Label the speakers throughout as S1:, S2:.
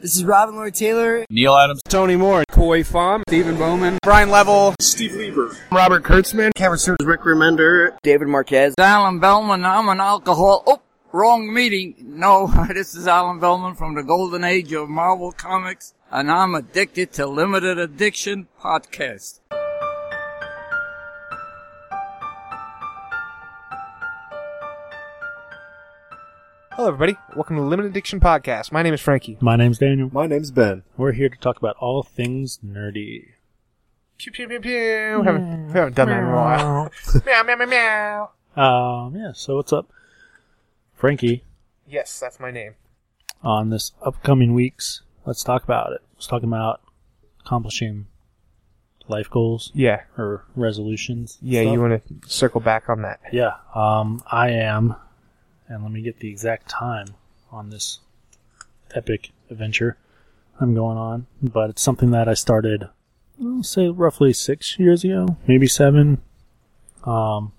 S1: This is Robin Lord Taylor.
S2: Neil Adams.
S3: Tony Moore.
S4: Koi Fom. Stephen Bowman.
S2: Brian Level.
S5: Steve Lieber.
S6: Robert Kurtzman.
S7: Cameron Stewart. Rick Remender.
S8: David Marquez.
S9: Alan Bellman. I'm an alcohol. Oh, wrong meeting. No, this is Alan Bellman from the golden age of Marvel Comics, and I'm addicted to Limited Addiction Podcast.
S6: Hello, everybody. Welcome to Limited Addiction Podcast. My name is Frankie.
S10: My name's Daniel.
S11: My name's Ben.
S10: We're here to talk about all things nerdy.
S6: Pew, pew, pew, pew. We, haven't, we haven't done that in a while. meow, meow, meow, meow.
S10: Um, yeah, so what's up? Frankie,
S6: Yes, that's my name.
S10: on this upcoming week's, let's talk about it. Let's talk about accomplishing life goals
S6: Yeah.
S10: or resolutions. and
S6: Yeah,
S10: stuff.
S6: you want to circle back on that.
S10: Yeah, um, I am, and let me get the exact time on this epic adventure I'm going on. But it's something that I started, I'll say, roughly six years ago, maybe seven. Um,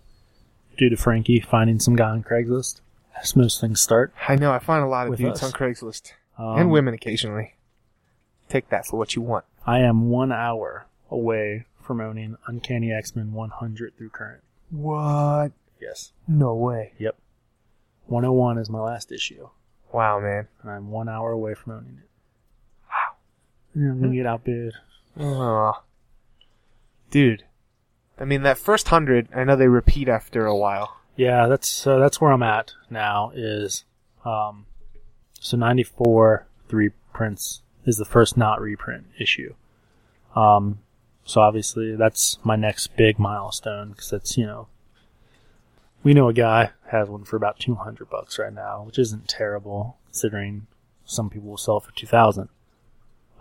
S10: due to Frankie finding some guy on Craigslist, as most things start.
S6: I know, I find a lot of
S10: With
S6: dudes on
S10: us.
S6: Craigslist.
S10: Um,
S6: and women occasionally. Take that for what you want.
S10: I am one hour away from owning Uncanny X Men 100 through current.
S6: What?
S10: Yes.
S6: No way.
S10: Yep. 101 is my last issue.
S6: Wow, man.
S10: and I'm one hour away from owning it. Wow. I'm gonna get outbid.
S6: Oh. Dude. I mean, that first hundred, I know they repeat after a while.
S10: Yeah, that's so. That's where I'm at now. Is um, so 94 three prints is the first not reprint issue. Um, so obviously that's my next big milestone because that's you know. We know a guy has one for about 200 bucks right now, which isn't terrible considering some people will sell it for 2,000.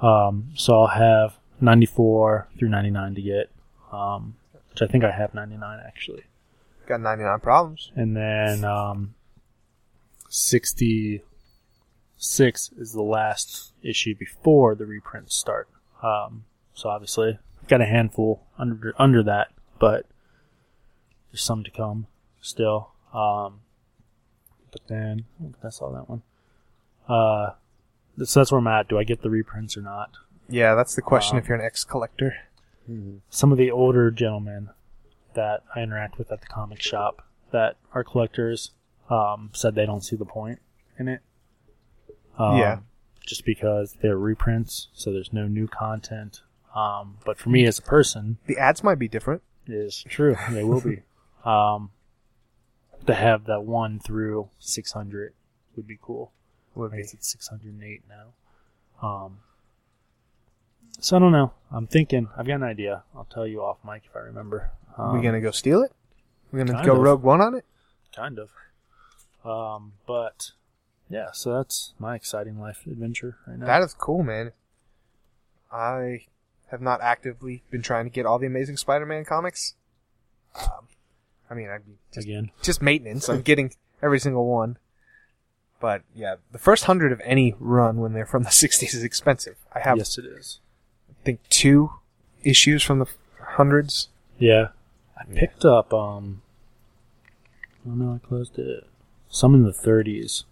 S10: Um, so I'll have 94 through 99 to get, um, which I think I have 99 actually
S6: Got 99 problems.
S10: and then um, 66 is the last issue before the reprints start. Um, so obviously, I've got a handful under under that, but there's some to come still. Um, but then I saw that one. Uh, so that's where I'm at. Do I get the reprints or not?
S6: Yeah, that's the question
S10: Wow.
S6: if you're an ex collector.
S10: some of the older gentlemen that I interact with at the comic shop that are collectors um, said they don't see the point in it. Um,
S6: Yeah.
S10: Just because they're reprints, so there's no new content. Um, but for me as a person,
S6: The ads might be different.
S10: it is true. They will be. Um, to have that one through 600 would be cool.
S6: Would
S10: I
S6: be.
S10: guess it's 608 now. Um, so I don't know. I'm thinking. I've got an idea. I'll tell you off mic if I remember. Um,
S6: we gonna go steal it? We gonna
S10: kind
S6: go
S10: of.
S6: Rogue One on it?
S10: kind of. Um, but yeah, so that's my exciting life adventure right now.
S6: That is cool, man. I have not actively been trying to get all the Amazing Spider-Man comics. Um, I mean, I'd be just
S10: again.
S6: just maintenance. I'm getting every single one. But yeah, the first hundred of any run when they're from the '60s is expensive. I have,
S10: Yes, it is.
S6: I think, two issues from the hundreds.
S10: Yeah, I picked up. Um, oh no, I closed it. Some in the 30s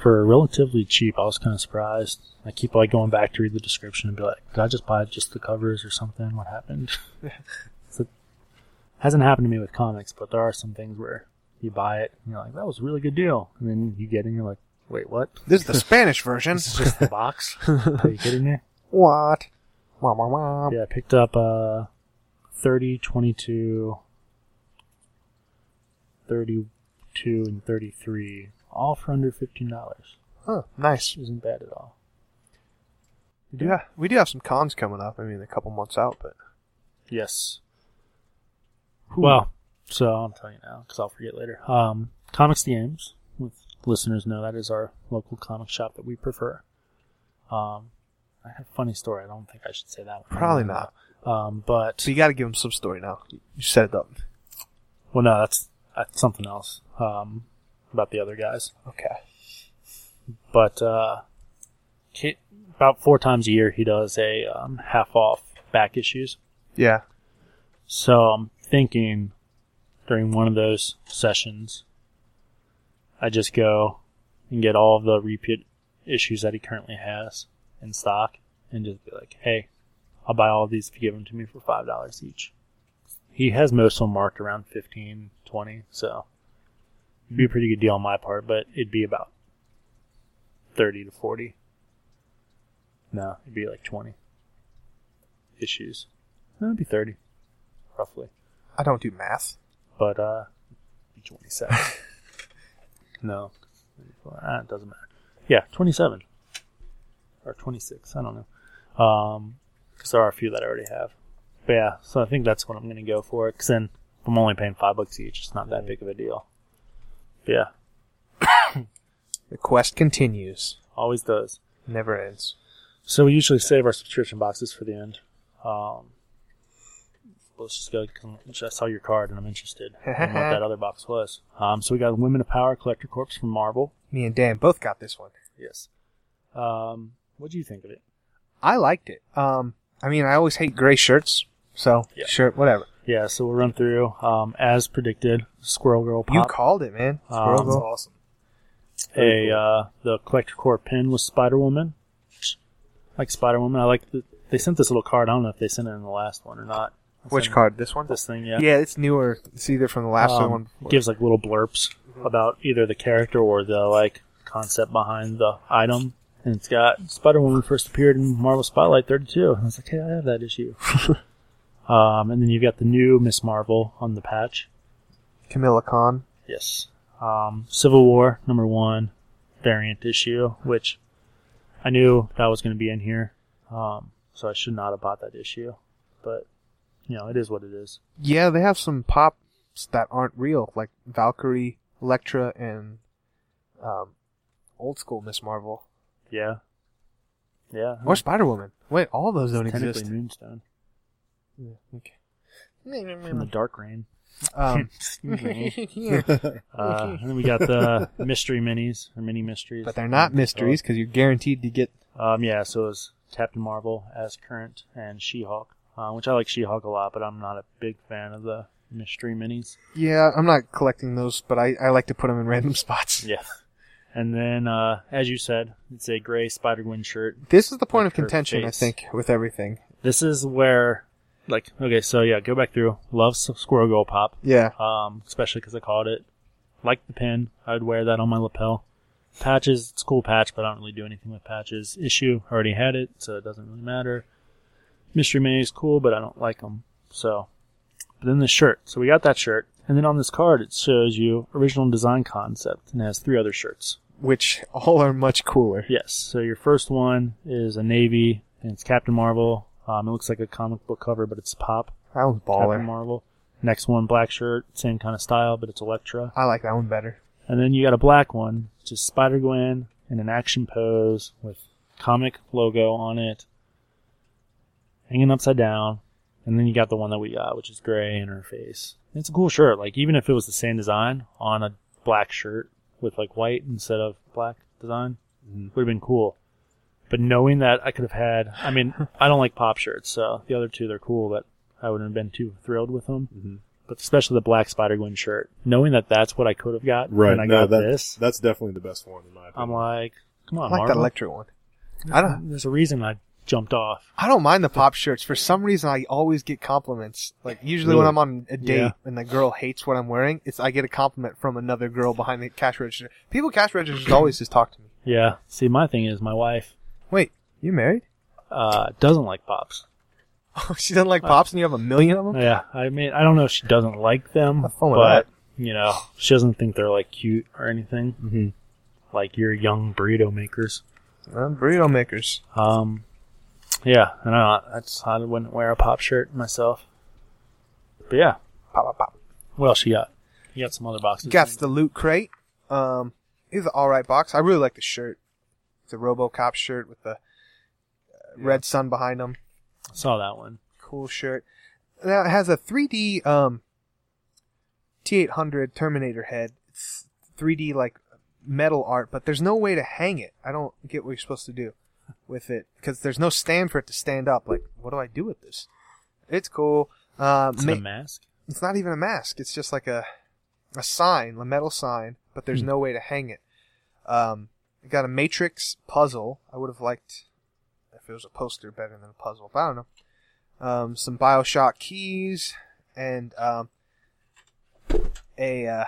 S10: for relatively cheap. I was kind of surprised. I keep like going back to read the description and be like, did I just buy just the covers or something? What happened? so, hasn't happened to me with comics, but there are some things where you buy it and you're like, that was a really good deal, and then you get it and you're like, wait, what?
S6: This is the Spanish version.
S10: It's just the box. Are you kidding me?
S6: what? Wah, wah, wah.
S10: Yeah, I picked up uh 30, 22, 32, and 33, all for under $15.
S6: Huh, nice.
S10: Which isn't bad at all.
S6: We do have, we do have some cons coming up. I mean, a couple months out, but
S10: Yes. Well, so I'll tell you now because I'll forget later. Um, Comics the Ames, with listeners know that is our local comic shop that we prefer. Um, I have a funny story. I don't think I should say that one.
S6: Probably not.
S10: Um, but
S6: so you got to give them some story now. You set it up.
S10: well, no, that's that's something else. Um, about the other guys.
S6: Okay.
S10: but uh, he, about four times a year he does a um, half off back issues.
S6: Yeah.
S10: So I'm thinking during one of those sessions, I just go and get all of the repeat issues that he currently has in stock and just be like, hey, I'll buy all of these if you give them to me for $5 each. He has most of them marked around 15 20 so it'd be a pretty good deal on my part, but it'd be about 30 to 40. No, it'd be like 20 issues. No, it'd be 30, roughly.
S6: I don't do math.
S10: But, uh, it'd be 27. no. Ah, it doesn't matter. Yeah, 27. Or 26, I don't know. Um, because there are a few that I already have. But yeah, so I think that's what I'm going to go for. Because then if I'm only paying five bucks each, it's not that big of a deal. But yeah,
S6: The quest continues,
S10: always does.
S6: never ends.
S10: So we usually save our subscription boxes for the end. Um, let's just go. 'cause I saw your card and I'm interested in what that other box was. Um, so we got Women of Power Collector Corps from Marvel.
S6: Me and Dan both got this one.
S10: Yes. Um, what do you think of it?
S6: I liked it. Um, I mean, I always hate gray shirts, so
S10: Yeah.
S6: shirt, whatever.
S10: Yeah, so we'll run through. Um, as predicted, Squirrel Girl
S6: You
S10: pop.
S6: called it, man. Squirrel
S10: Um,
S6: Girl.
S1: awesome.
S10: a uh, the Collector Corps pin was Spider Woman. Like Spider Woman, I like. The, they sent this little card. I don't know if they sent it in the last one or not. They
S6: Which
S10: sent
S6: card? This one.
S10: This thing,
S6: yeah. it's newer. It's either from the last
S10: um,
S6: one. Before.
S10: gives like little blurbs about either the character or the like concept behind the item. And it's got Spider Woman first appeared in Marvel Spotlight 32. And I was like, hey, I have that issue. um, and then you've got the new Miss Marvel on the patch.
S6: Camilla Khan.
S10: Yes. Um, Civil War number one variant issue, which I knew that was going to be in here. Um, so I should not have bought that issue. But, you know, it is what it is.
S6: Yeah, they have some pops that aren't real, like Valkyrie, Elektra, and um, old school Miss Marvel
S10: Yeah. Yeah.
S6: or Spider Woman. Wait, all those don't
S10: technically
S6: exist.
S10: Moonstone.
S6: Yeah, okay.
S10: from the dark rain.
S6: Um,
S10: uh, and then we got the mystery minis or mini mysteries,
S6: but they're not mysteries because you're guaranteed to get.
S10: Um, yeah, so it was Captain Marvel as current and She-Hulk, uh, which I like She-Hulk a lot, but I'm not a big fan of the mystery minis.
S6: Yeah, I'm not collecting those, but I, I like to put them in random spots.
S10: Yeah, and then uh, as you said, it's a gray Spider Gwen shirt.
S6: This is the point
S10: Like
S6: of
S10: her
S6: contention, I
S10: face.
S6: think, with everything.
S10: This is where, like, okay, so yeah, go back through. Love Squirrel Girl Pop.
S6: Yeah,
S10: um, especially because I called it. Like the pin, I would wear that on my lapel. Patches, it's a cool patch, but I don't really do anything with patches. Issue, I already had it, so it doesn't really matter. Mystery Mini is cool, but I don't like them. So, but then the shirt. So we got that shirt, and then on this card it shows you original design concept and it has three other shirts.
S6: which all are much cooler.
S10: Yes. So your first one is a navy, and it's Captain Marvel. Um, it looks like a comic book cover, but it's pop.
S6: That one's
S10: Captain
S6: baller.
S10: Marvel. Next one, black shirt, same kind of style, but it's Elektra.
S6: I like that one better.
S10: And then you got a black one, just Spider Gwen in an action pose with comic logo on it, hanging upside down. And then you got the one that we got, which is gray in her face. It's a cool shirt. Like even if it was the same design on a black shirt with like white instead of black design,
S1: Mm-hmm.
S10: would have been cool. But knowing that I could have had, I mean, I don't like pop shirts, so the other two they're cool, but I wouldn't have been too thrilled with them.
S1: Mm-hmm.
S10: But especially the black Spider Gwen shirt, knowing that that's what I could have got,
S1: Right.
S10: And I
S1: no,
S10: got
S1: that,
S10: this.
S1: That's definitely the best one in my opinion.
S10: I'm like, come
S6: I
S10: on,
S6: like that
S10: Marvel.
S6: Electra one. I don't.
S10: There's a reason I jumped off.
S6: I don't mind the pop shirts. For some reason, I always get compliments. Like usually when
S10: Really?
S6: I'm on a date
S10: Yeah.
S6: and the girl hates what I'm wearing, it's I get a compliment from another girl behind the cash register. People at cash registers always just talk to me.
S10: Yeah. See, my thing is, my wife
S6: Wait, you married?
S10: uh, doesn't like pops.
S6: Oh, she doesn't like pops, and you have a million of them.
S10: Yeah. I mean, I don't know if she doesn't like them,
S6: Have fun with
S10: but you know, she doesn't think they're like cute or anything.
S1: Mhm.
S6: Mm-hmm.
S10: Like your young burrito makers.
S6: Uh, burrito makers.
S10: Um, yeah, and I, that's I wouldn't wear a pop shirt myself. But yeah,
S6: Pop, pop, pop.
S10: what else you got? You got some other boxes.
S6: Got the loot crate. Um, it's an all right box. I really like the shirt. It's a RoboCop shirt with the uh, red sun behind him.
S10: I saw that one.
S6: cool shirt. Now it has a 3D um T800 Terminator head. It's 3D like metal art, but there's no way to hang it. I don't get what you're supposed to do with it because there's no stand for it to stand up. Like, what do I do with this? It's cool. Um,
S10: Is it
S6: ma-
S10: a mask?
S6: it's not even a mask. It's just like a a sign, a metal sign, but there's no way to hang it. Um, I got a Matrix puzzle. I would have liked if it was a poster better than a puzzle, but I don't know. Um, some Bioshock keys and um, a uh,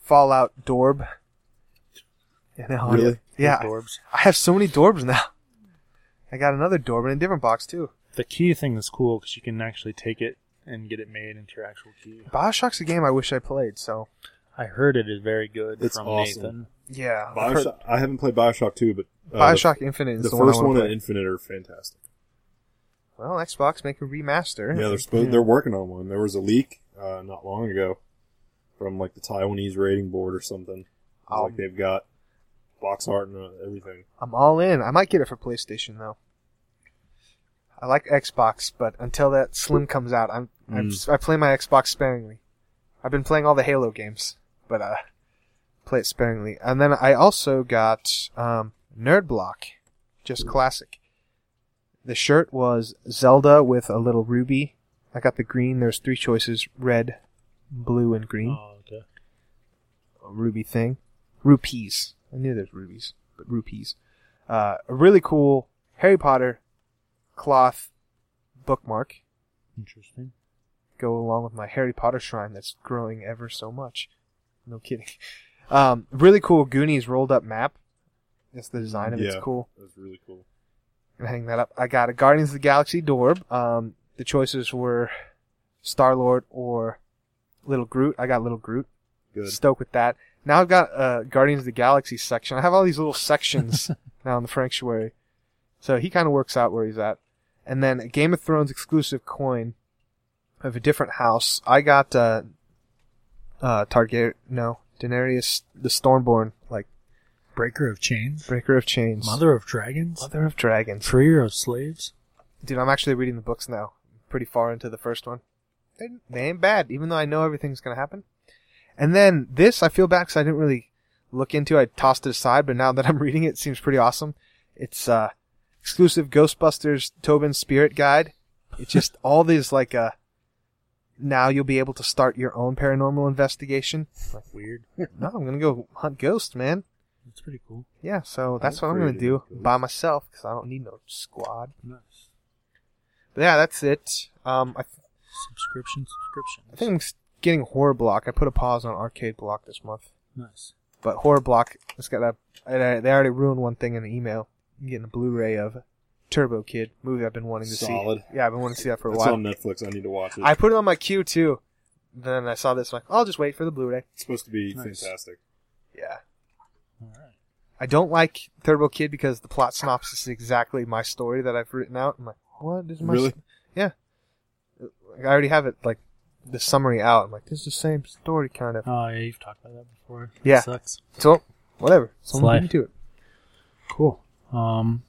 S6: Fallout Dorb. And now I-
S10: Really?
S6: Yeah.
S10: With Dorbs.
S6: I have so many Dorbs now. I got another Dorb in a different box too.
S10: The key thing is cool because you can actually take it and get it made into your actual key.
S6: Bioshock's a game I wish I played. So
S10: I heard it is very good
S1: It's
S10: from
S1: awesome.
S10: Nathan.
S6: yeah, I've heard-
S1: Bioshock, I haven't played Bioshock 2, but uh, the-
S6: Bioshock Infinite is
S1: the,
S6: the,
S1: first one
S6: one. I
S1: and
S6: wanna play.
S1: Infinite are fantastic.
S6: Well, Xbox make a remaster.
S1: Yeah, they're supposed, they're working on one. There was a leak uh, not long ago from like the Taiwanese rating board or something.
S6: Oh.
S1: Like they've got box art and uh, everything.
S6: I'm all in. I might get it for PlayStation though. I like Xbox, but until that Slim comes out, I'm, I'm
S1: Mm.
S6: I play my Xbox sparingly. I've been playing all the Halo games, but uh, play it sparingly. And then I also got um, Nerd Block, just classic. The shirt was Zelda with a little ruby. I got the green. There's three choices: red, blue, and green
S10: Oh, okay.
S6: a ruby thing. Rupees. I knew there's rubies, but rupees. Uh, a really cool Harry Potter cloth bookmark.
S10: Interesting.
S6: Go along with my Harry Potter shrine that's growing ever so much. No kidding. Um, really cool Goonies rolled up map. That's the design of it's
S1: Yeah.
S6: cool.
S1: It was really cool.
S6: I'm gonna hang that up. I got a Guardians of the Galaxy Dorb. Um, the choices were Star Lord or Little Groot. I got Little Groot
S1: Good.
S6: stoked with that. Now I've got uh, Guardians of the Galaxy section. I have all these little sections now in the Sanctuary. So he kind of works out where he's at. And then a Game of Thrones exclusive coin of a different house. I got uh, uh, Targaryen, no, Daenerys the Stormborn, like
S10: Breaker of chains.
S6: Breaker of Chains,
S10: Mother of dragons.
S6: Mother of Dragons.
S10: Freer of slaves.
S6: Dude, I'm actually reading the books now. pretty far into the first one. They, they ain't bad, even though I know everything's gonna happen. And then this, I feel bad because I didn't really look into. I tossed it aside, but now that I'm reading it, it seems pretty awesome. It's uh, exclusive Ghostbusters Tobin Spirit Guide. It's just all these like uh, now you'll be able to start your own paranormal investigation.
S10: Like weird.
S6: No, I'm gonna go hunt ghosts, man.
S10: That's pretty cool.
S6: Yeah, so that's what I'm
S1: afraid
S6: gonna do
S1: of ghosts.
S6: by myself because I don't need no squad.
S10: Nice.
S6: But yeah, that's it. Um, I
S10: Subscription. Subscription.
S6: I think I'm s- getting Horror Block. I put a pause on Arcade Block this month,
S10: Nice.
S6: but Horror Block has got a. I- I- They already ruined one thing in the email. I'm getting a Blu-ray of Turbo Kid movie I've been wanting to
S1: Solid.
S6: see. Yeah, I've been wanting to see that for a
S1: It's
S6: while.
S1: on Netflix. I need to watch it.
S6: I put it on my queue too. Then I saw this. Like, I'll just wait for the Blu-ray.
S1: It's supposed to be
S10: Nice.
S1: fantastic.
S6: Yeah.
S10: All right.
S6: I don't like Turbo Kid because the plot synopsis is exactly my story that I've written out. I'm like, what is my
S1: Really?
S6: s- Yeah. I already have it like the summary out. I'm like, this is the same story kind of.
S10: Oh yeah, you've talked about that before.
S6: Yeah.
S10: Sucks.
S6: So whatever. Someone
S10: life.
S6: can do it.
S10: Cool. Um.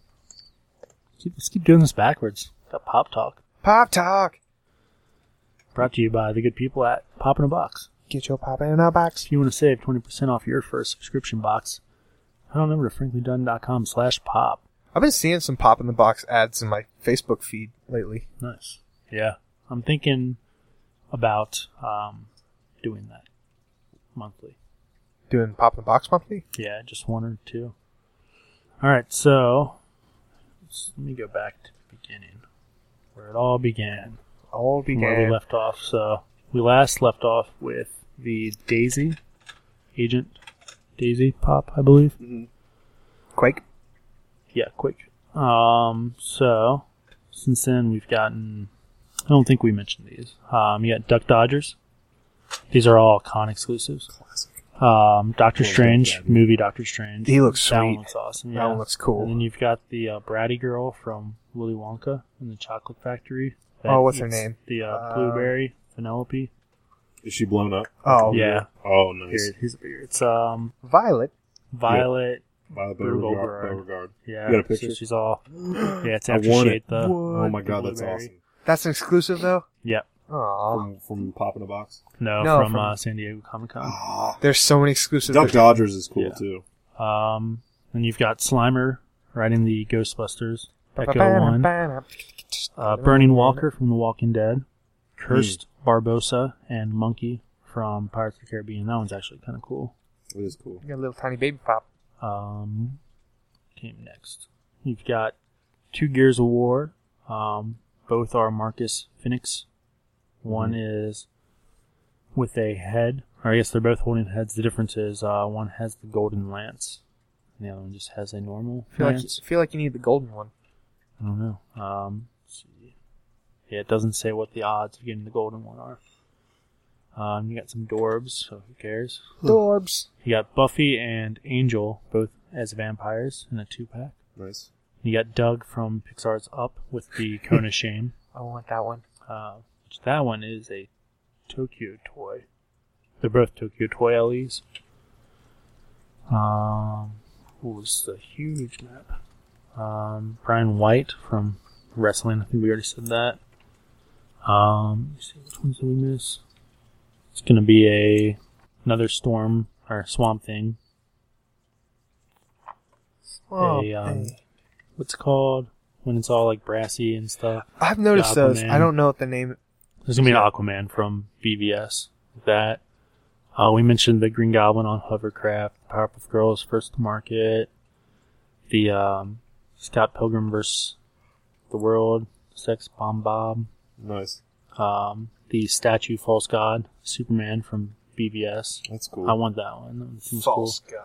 S10: Keep, let's keep doing this backwards. Got pop talk.
S6: Pop talk.
S10: Brought to you by the good people at Pop in a Box.
S6: Get your pop in a box.
S10: If you want to save 20% off your first subscription box, head on over to franklydunn.com slash pop.
S6: I've been seeing some pop in the box ads in my Facebook feed lately.
S10: Nice. Yeah. I'm thinking about um, doing that monthly.
S6: Doing pop in the box monthly.
S10: Yeah, just one or two. All right, so let's- let me go back to the beginning where it all began,
S6: All
S10: from where we
S6: began.
S10: left off. So we last left off with the Daisy, Agent Daisy Pop, I believe.
S6: Quake.
S10: Yeah, quick. Um, so since then we've gotten. I don't think we mentioned these. Um, you got Duck Dodgers. These are all con exclusives.
S1: Classic.
S10: Um, Doctor
S1: Cool,
S10: Strange
S1: Duck Dodgers.
S10: movie. Doctor Strange.
S6: He looks
S10: That one
S6: sweet.
S10: looks awesome.
S6: That
S10: yeah.
S6: one looks cool.
S10: And then you've got the uh, bratty girl from Willy Wonka and the Chocolate Factory. that
S6: Oh, what's her
S10: eats
S6: name?
S10: The uh,
S6: Uh,
S10: blueberry Penelope.
S1: Is she blown up?
S6: Oh,
S10: yeah.
S1: Oh, nice.
S10: Beard. His beard. It's um
S6: Violet.
S10: Violet.
S1: By
S10: Beautiful
S1: Beauregard.
S10: bird.
S1: Beauregard.
S10: Yeah.
S1: You got a
S10: so
S1: picture?
S10: she's all. Yeah, it's
S1: I
S10: after
S1: want
S10: she
S1: it.
S10: ate the.
S1: Oh my
S10: the
S1: god, that's
S10: blueberry.
S1: awesome.
S6: That's an exclusive though.
S10: Yep.
S6: Aw.
S1: From, from Pop in a Box.
S10: No,
S6: No,
S10: from,
S6: from-
S10: uh, San Diego Comic Con.
S6: There's so many exclusive.
S1: Duck Dodgers is cool
S10: Ah. Yeah.
S1: too.
S10: Um, and you've got Slimer riding the Ghostbusters, Echo One, uh, Burning Walker from The Walking Dead, Cursed Barbosa, and Monkey from Pirates of the Caribbean. That one's actually kind of cool.
S1: It is cool.
S6: You got a little tiny baby pop.
S10: Um, came next. You've got two Gears of War. Um, both are Marcus Phoenix. One
S6: Mm-hmm.
S10: is with a head, or I guess they're both holding heads. The difference is uh, one has the golden lance, and the other one just has a normal
S6: I feel like,
S10: lance.
S6: I feel like you need the golden one.
S10: I don't know. Um, let's see. Yeah, it doesn't say what the odds of getting the golden one are. Um, you got some Dorbs, so who cares?
S6: Dorbs.
S10: You got Buffy and Angel, both as vampires in a two pack.
S1: Nice.
S10: You got Doug from Pixar's Up with the Cone of Shame.
S6: I want that one.
S10: Uh, which that one is a Tokyo toy. They're both Tokyo toy LEs. Um, ooh, this is a huge map. Um, Brian White from wrestling. I think we already said that. Um, let's see which ones did we miss. It's gonna be a another storm or swamp thing.
S6: Oh,
S10: a, um,
S6: hey.
S10: what's it called when it's all like brassy and stuff.
S6: I've noticed
S10: the
S6: those.
S10: Aquaman.
S6: I don't know what the name.
S10: There's gonna be an Aquaman from BVS. That uh, we mentioned the Green Goblin on hovercraft, Powerpuff Girls first to market, the um, Scott Pilgrim vs. the World, Sex Bomb Bob,
S1: Nice.
S10: um, the Statue False God, Superman from BVS.
S1: That's cool.
S10: I want that one. That one seems
S6: False God.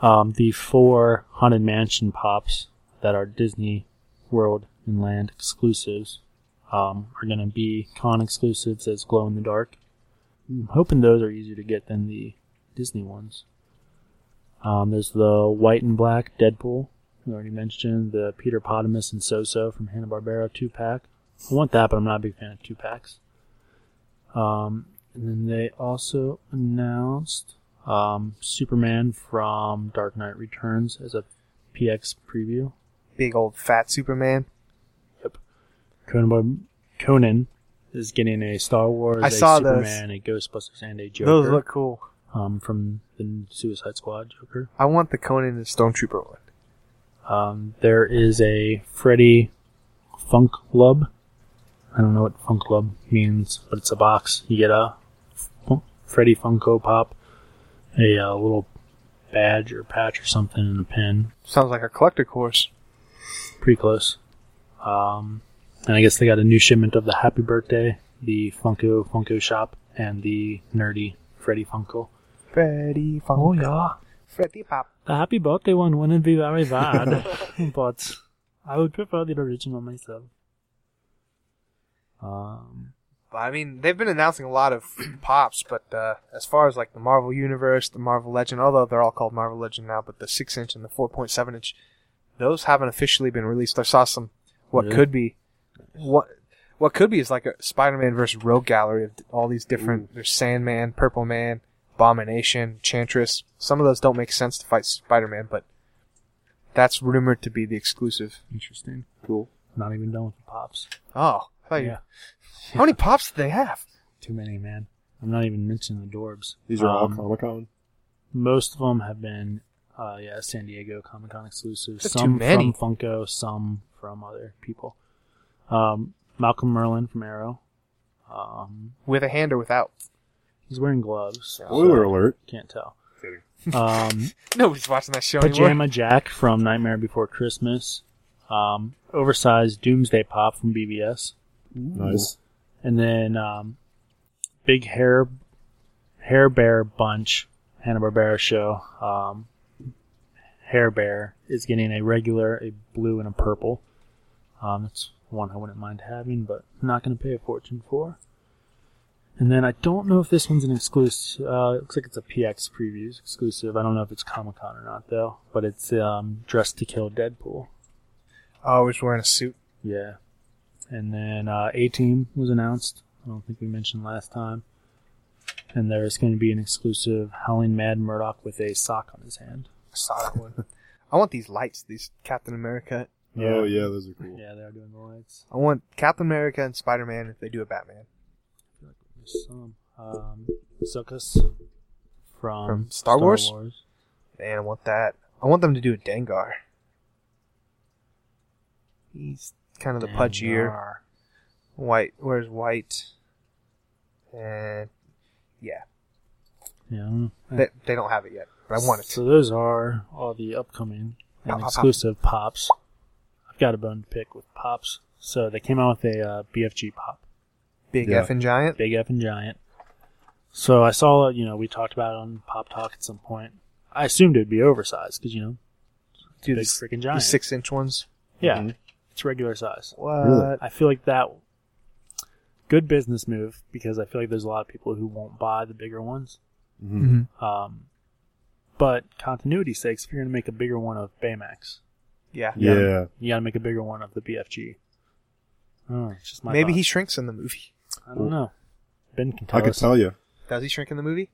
S10: cool. Um, the four Haunted Mansion pops that are Disney World and Land exclusives um, are going to be con exclusives as glow in the dark. I'm hoping those are easier to get than the Disney ones. Um, there's the white and black Deadpool, we already mentioned, the Peter Potamus and So-So from Hanna-Barbera two pack. I want that, but I'm not a big fan of two packs. Um, and then they also announced um, Superman from Dark Knight Returns as a PX preview.
S6: Big old fat Superman.
S10: Conan, Conan is getting a Star Wars,
S6: I
S10: a
S6: saw those.
S10: Superman, a Ghostbusters, and a Joker
S6: Those look cool.
S10: um, from the Suicide Squad Joker.
S6: I want the Conan and Stormtrooper one.
S10: Um, there is a Freddy Funk Lub. I don't know what Funk Lub means, but it's a box. You get a Fun- Freddy Funko Pop, a, uh little badge or patch or something, and a pin.
S6: Sounds like a collector course.
S10: Pretty close. Um, and I guess they got a new shipment of the Happy Birthday, the Funko Funko Shop, and the nerdy Freddy Funko.
S6: Freddy Funk.
S10: Oh yeah,
S6: Freddy Pop.
S10: the Happy Birthday one wouldn't be very bad, but I would prefer the original myself. Um,
S6: I mean, they've been announcing a lot of pops, but uh, as far as like the Marvel Universe, the Marvel Legend, although they're all called Marvel Legend now, but the six inch and the four point seven inch, those haven't officially been released. I saw some what
S10: Really?
S6: could be, what what could be is like a Spider Man versus Rogue gallery of all these different. There's Sandman, Purple Man, Abomination, Chantress. Some of those don't make sense to fight Spider Man, but that's rumored to be the exclusive.
S10: interesting.
S1: Cool.
S10: Not even done with the pops.
S6: Oh, I thought you-
S10: Yeah.
S6: how many pops do they have?
S10: Too many, man. I'm not even mentioning the Dorbs.
S1: These are
S10: Um,
S1: all Comic Con.
S10: Most of them have been, uh, yeah, San Diego Comic Con exclusives.
S6: That's
S10: some
S6: too many.
S10: from Funko, some from other people. Um, Malcolm Merlin from Arrow. Um,
S6: With a hand or without?
S10: he's wearing gloves. so
S1: Spoiler alert.
S10: Can't tell.
S1: Kidding.
S10: Um,
S6: Nobody's watching that show anymore.
S10: Pajama Jack from Nightmare Before Christmas, um, oversized Doomsday Pop from BBS, mm,
S1: Nice.
S10: and then um, Big Hair Hair Bear Bunch Hanna Barbera show. Um, Hair Bear is getting a regular, a blue, and a purple. Um, it's one I wouldn't mind having, but I'm not going to pay a fortune for. And then I don't know if this one's an exclusive. Uh, it looks like it's a PX previews exclusive. I don't know if it's Comic Con or not though. But it's um, Dressed to Kill Deadpool.
S6: Oh, he's wearing a suit.
S10: Yeah. And then uh, A Team was announced. I don't think we mentioned last time. And there's going to be an exclusive Howling Mad Murdoch with a sock on his hand.
S6: I saw that one. I want these lights, these Captain America.
S1: Oh yeah, those are cool.
S10: Yeah, they are doing the lights.
S6: I want Captain America and Spider Man if they do a Batman.
S10: There's some. Um, Zuckus from,
S6: From Star Wars? Man, I want that. I want them to do a Dengar. He's kind of the pudgier.
S10: Dengar.
S6: White. Where's White? And yeah,
S10: Yeah. I don't know. Hmm.
S6: they, they don't have it yet. but I want it.
S10: So those are all the upcoming
S6: Pop,
S10: and
S6: pop, pop.
S10: exclusive pops. I've got a bone to pick with pops. So they came out with a uh, BFG pop,
S6: Big
S1: Yeah.
S6: effing giant.
S10: big F and giant. So I saw, you know, we talked about it on Pop Talk at some point. I assumed it'd be oversized because you know,
S6: Dude,
S10: big
S6: the-
S10: freaking giant.
S6: The six inch ones.
S10: yeah,
S1: Mhm.
S10: it's regular size.
S6: What?
S1: Really?
S10: I feel like that good business move because I feel like there's a lot of people who won't buy the bigger ones.
S1: Mhm.
S6: hmm
S10: Um, but continuity sakes, if you're going to make a bigger one of Baymax,
S6: Yeah.
S10: you gotta-
S1: Mm-hmm. Yeah.
S10: you got to make a bigger one of the BFG. Oh, it's just my
S6: Maybe
S10: thought.
S6: he shrinks in the movie.
S10: I don't know. Ben can tell
S1: I could
S10: us.
S1: tell you.
S6: Does he shrink in the movie?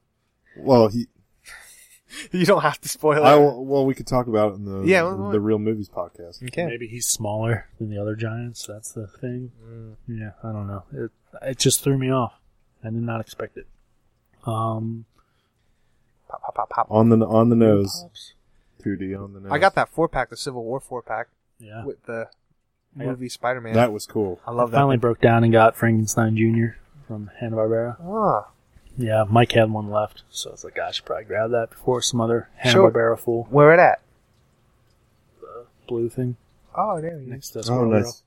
S1: Well, he.
S6: You don't have to spoil
S1: I,
S6: it.
S1: well, we could talk about it in the
S6: Yeah,
S1: the,
S6: well,
S1: real movies podcast.
S6: you can.
S10: Maybe he's smaller than the other giants. That's the thing.
S6: Mm.
S10: Yeah, I don't know. It it just threw me off. I did not expect it. Um,
S6: Pop, pop, pop, pop.
S1: On the on the nose,
S10: pops.
S1: 2D on the nose.
S6: I got that four pack, the Civil War four pack
S10: Yeah,
S6: with the
S10: I got-
S6: movie Spider Man.
S1: That was cool.
S6: I love that.
S10: finally broke down and got Frankenstein Jr. from Hanna Barbera.
S6: Ah,
S10: Yeah, Mike had one left, so I was like, I should probably grab that before some other Hanna
S6: Sure.
S10: Barbera full
S6: where it at?
S10: blue thing
S6: Oh, there he is.
S10: next to us.
S1: Oh, nice.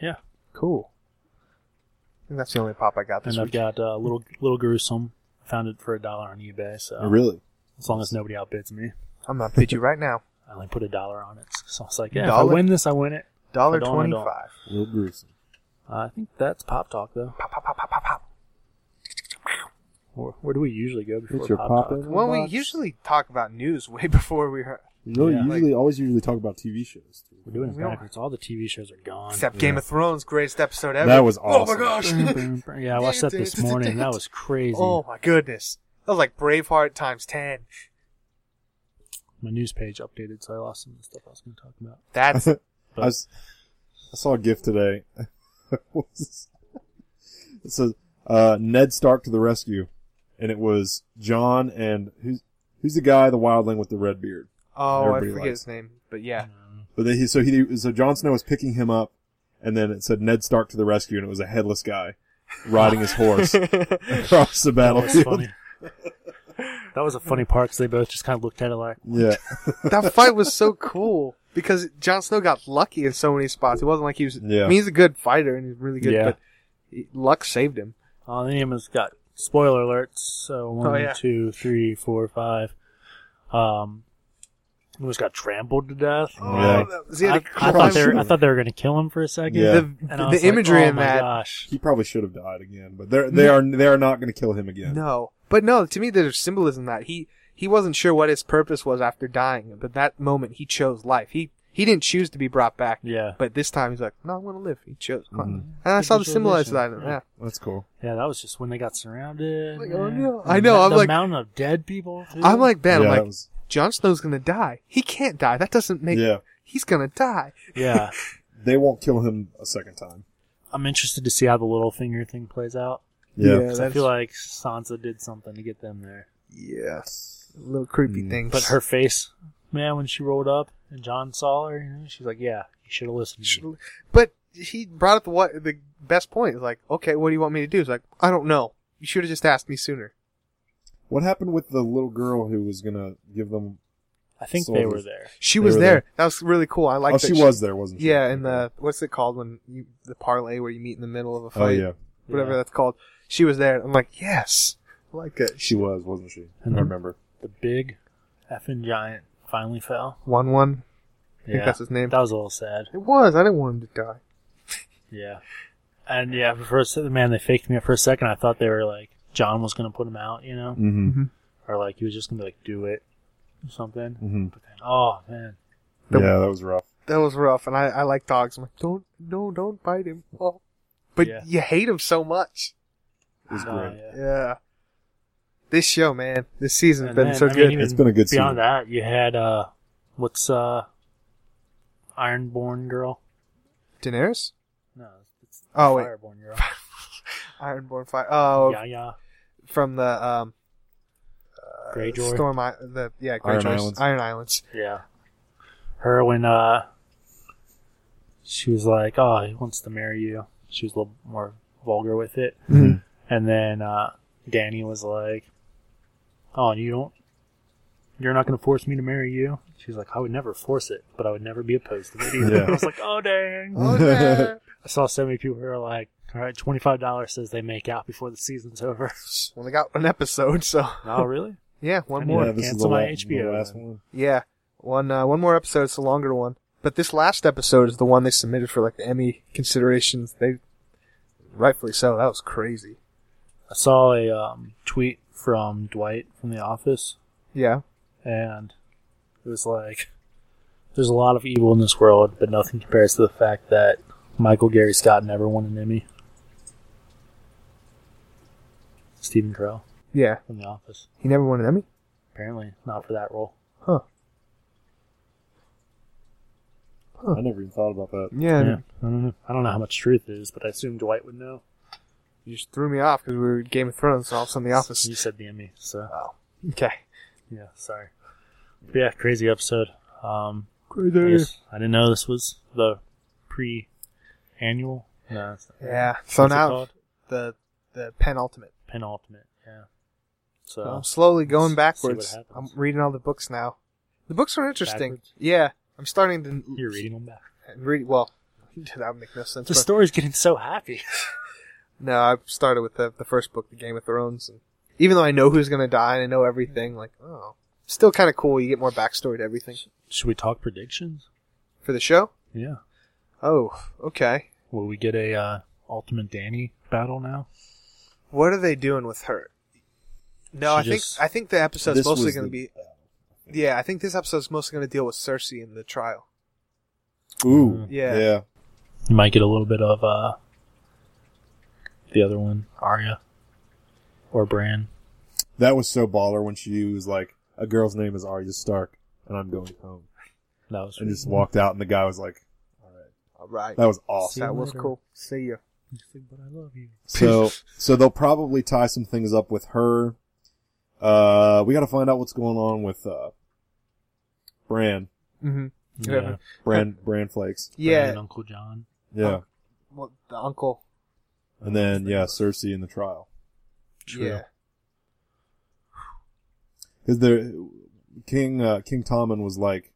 S10: Yeah,
S6: Cool. I think that's the only pop I got this
S10: and I've
S6: week.
S10: got uh, little little gruesome. Found it for a dollar on eBay. So
S1: Oh, really?
S10: as long as nobody outbids me,
S6: I'm gonna bid you right now.
S10: I only put a dollar on it. So I was like, yeah, if I
S6: Dollar?
S10: win this, I win it.
S6: Dollar
S10: I don't, I
S6: twenty
S10: don't.
S6: five.
S1: Real gruesome.
S10: Uh, I think that's pop talk though.
S6: Pop, pop, pop, pop, pop, pop.
S10: Where, where do we usually go before
S1: It's your
S10: pop,
S1: pop
S10: talk?
S6: Well, we usually talk about news way before we heard,
S1: You know,
S10: Yeah.
S1: usually always usually talk about TV shows. too.
S10: We're doing it
S6: We don't-
S10: backwards. All the TV shows are gone.
S6: except Game of Thrones, greatest episode ever.
S1: That was
S6: Oh
S1: awesome.
S6: my gosh!
S10: yeah, I watched that this morning. That was crazy.
S6: oh my goodness! That was like Braveheart times ten.
S10: My news page updated, so I lost some of the stuff I was going to talk about.
S6: That's
S1: I, was, I saw a GIF today. What was this? it says uh, Ned Stark to the rescue, and it was John and who's who's the guy, the wildling with the red beard.
S6: oh, I
S1: Everybody
S6: forget
S1: likes-
S6: his name, but yeah,
S1: But then he so he so Jon Snow was picking him up, and then it said Ned Stark to the rescue, and it was a headless guy riding his horse across the
S10: That was
S1: battlefield.
S10: funny. that was a funny part because they both just kind of looked at it like,
S1: Yeah,
S6: that fight was so cool because Jon Snow got lucky in so many spots. It wasn't like he was.
S1: Yeah.
S6: I mean, he's a good fighter and he's really good,
S10: Yeah.
S6: but he- luck saved him.
S10: "Oh, the name has got spoiler alerts." So one,
S6: Oh, yeah.
S10: two, three, four, five. Um, he almost got trampled to death.
S1: Oh, Yeah.
S6: that was- he
S10: I,
S6: had
S10: I
S6: to
S10: thought
S6: climb-
S10: they were, I thought they were going to kill him for a second.
S1: Yeah.
S6: the,
S10: And
S6: the
S10: I was like,
S6: imagery
S10: oh
S6: in
S10: my
S6: that.
S10: Gosh.
S1: he probably should have died again, but they're they are they are not going to kill him again.
S6: No, but no, to me there's symbolism in that he he wasn't sure what his purpose was after dying, but that moment he chose life. He he didn't choose to be brought back.
S10: Yeah.
S6: But this time he's like, no, I'm gonna live. He chose,
S1: Mhm.
S6: and I saw the
S10: Visualization,
S6: symbolism that. in it,
S10: yeah.
S6: Yeah.
S1: That's cool.
S10: Yeah, that was just when they got surrounded.
S6: Like, oh,
S10: man.
S6: no.
S10: And
S6: I know,
S10: The,
S6: I'm
S10: the
S6: like-
S10: mountain of dead people. too.
S6: I'm like Ben.
S1: yeah,
S6: I'm
S1: that
S6: like,
S1: was-
S6: Jon Snow's gonna die. He can't die. That doesn't make.
S1: yeah,
S6: He's gonna die.
S10: yeah.
S1: they won't kill him a second time.
S10: I'm interested to see how the little finger thing plays out.
S1: Yeah.
S10: 'Cause I
S6: that's-
S10: feel like Sansa did something to get them there,
S6: Yes. Little creepy
S1: Mm.
S6: things.
S10: but her face, man, when she rolled up and John saw her, you know, she's like, "Yeah, you should have listened." To me.
S6: Should've- But he brought up what the best point. He's like, okay, what do you want me to do? He's like, I don't know. You should have just asked me sooner.
S1: What happened with the little girl who was gonna give them?
S10: I think they
S1: Soldiers.
S10: were there.
S6: She
S1: They
S6: was
S1: were
S6: there.
S1: there.
S6: That was really cool. I like.
S1: oh, she was there, wasn't she?
S6: Yeah, in the what's it called when you the parlay where you meet in the middle of a
S1: Oh
S6: fight,
S1: yeah,
S6: whatever
S10: Yeah.
S6: that's called. She was there. I'm like, yes, I like it.
S1: she was, wasn't she?
S10: Mhm.
S1: I remember.
S10: The big effing giant finally fell.
S6: One one.
S10: I
S6: think that's his name.
S10: That was a little sad.
S6: It was. I didn't want him to die.
S10: Yeah, and yeah, for a second, man, they faked me for a second. I thought they were like John was gonna put him out, you know,
S1: Mm-hmm.
S10: or like he was just gonna be like do it or something.
S1: Mm-hmm.
S10: But then, oh man,
S6: The-
S1: yeah, that was rough.
S6: That was rough. And I, I like dogs. I'm like, don't no, don't bite him. Oh, but
S10: Yeah.
S6: you hate him so much.
S1: It was
S10: Oh,
S1: great.
S10: yeah.
S6: Yeah. This show, man. This season's
S10: And
S6: been
S10: then,
S6: so
S10: I mean,
S6: good.
S10: even
S1: It's been a good season.
S10: Beyond that, you had uh, what's uh, Ironborn girl?
S6: Daenerys,
S10: No, it's the
S6: Oh, wait.
S10: Fireborn girl.
S6: Ironborn Fire. Oh,
S10: yeah, yeah.
S6: from the um. uh,
S10: Greyjoy.
S6: Storm, I- the yeah,
S1: Iron
S6: Greyjoy's-
S1: Islands.
S6: Iron Islands.
S10: Yeah. Her when uh, she was like, "Oh, he wants to marry you." She was a little more vulgar with it,
S1: Mhm.
S10: and then uh, Danny was like, "Oh, you don't You're not going to force me to marry you. She's like, I would never force it, but I would never be opposed to it. Either.
S1: Yeah.
S10: I was like, oh dang. I saw so many people who are like, all right, twenty five dollars says they make out before the season's over.
S6: Only got an episode, so
S10: oh really?
S6: yeah, one
S10: I
S6: more.
S10: need
S1: this is
S10: Cancel
S1: the
S10: my
S1: la-
S10: HBO.
S1: the last one.
S6: Yeah, one uh, one more episode. It's a longer one, but this last episode is the one they submitted for like the Emmy considerations. They rightfully so. That was crazy.
S10: I saw a um, tweet from Dwight from The Office,
S6: Yeah,
S10: and it was like, there's a lot of evil in this world, but nothing compares to the fact that Michael Gary Scott never won an Emmy. Stephen Carell
S6: yeah.
S10: from The Office,
S6: He never won an Emmy.
S10: apparently not for that role.
S6: Huh.
S1: I never even thought about that.
S6: Yeah,
S10: Yeah, I don't know. I don't know how much truth it is, but I assume Dwight would know.
S6: you just threw me off because we were Game of Thrones, and all of a sudden the office. Oh,
S10: You said the Emmy, so
S6: Okay.
S10: yeah, sorry. But yeah, crazy episode. Um, I,
S6: Crazy.
S10: guess- I didn't know this was the pre-annual. No, it's not-
S6: Yeah. So
S10: What's it
S6: now
S10: called?
S6: the the penultimate.
S10: penultimate. Yeah. So
S6: I'm slowly going
S10: let's see what
S6: backwards. I'm
S10: happens.
S6: reading all the books now. The books are interesting.
S10: Backwards?
S6: Yeah, I'm starting to
S10: you're reading them back.
S6: read. Well, that would make no sense.
S10: The
S6: but-
S10: story's getting so happy.
S6: No, I started with the, the first book, The Game of Thrones, and even though I know who's gonna die and I know everything, like oh, still kind of cool. You get more backstory to everything
S10: Should we talk predictions?
S6: for the show.
S10: Yeah.
S6: Oh, okay.
S10: Will we get a uh, ultimate Danny battle now?
S6: What are they doing with her? No,
S10: She
S6: I think
S10: just-
S6: I think the episode's
S1: This
S6: mostly
S1: was
S6: gonna
S1: the-
S6: be. Yeah, I think this episode's mostly gonna deal with Cersei and the trial.
S10: Mm-hmm.
S1: Ooh,
S6: Yeah.
S1: yeah.
S10: You might get a little bit of uh, the other one, Arya or Bran.
S1: That was so baller when she was like, "A girl's name is Arya Stark, and I'm going home,"
S10: That was
S1: and just walked out, and the guy was like,
S6: All right,
S1: "That was
S10: See
S1: awesome."
S10: you
S6: that was
S10: later.
S6: cool. See you.
S10: But I love you.
S1: So, so they'll probably tie some things up with her. Uh, we got to find out what's going on with uh, Bran,
S6: Mm-hmm.
S10: Yeah.
S1: Bran, Bran Flakes.
S10: Bran
S6: Yeah,
S10: and Uncle John.
S1: Yeah,
S6: well, the uncle.
S1: and then yeah, Cersei in the trial
S10: True.
S6: Yeah,
S1: because the King uh, King Tommen was like,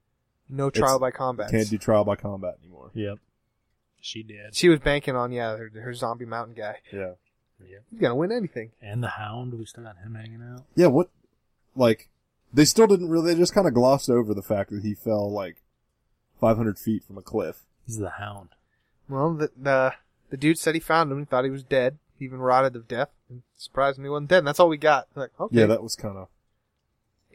S6: no trial
S1: It's-
S6: by combat.
S1: "Can't do trial by combat anymore."
S10: Yep. She did.
S6: She was banking on yeah her, her zombie mountain guy.
S1: Yeah,
S10: Yep.
S6: He's gonna win anything.
S10: And the Hound. We still got him hanging out.
S1: yeah. What? Like, they still didn't really. They just kind of glossed over the fact that he fell like 500 feet from a cliff.
S10: He's the Hound.
S6: Well, the, the the dude said he found him. He thought he was dead. He even rotted of death. And surprised him he wasn't dead. And that's all we got. Like, okay,
S1: Yeah, that Hmm. was kind of.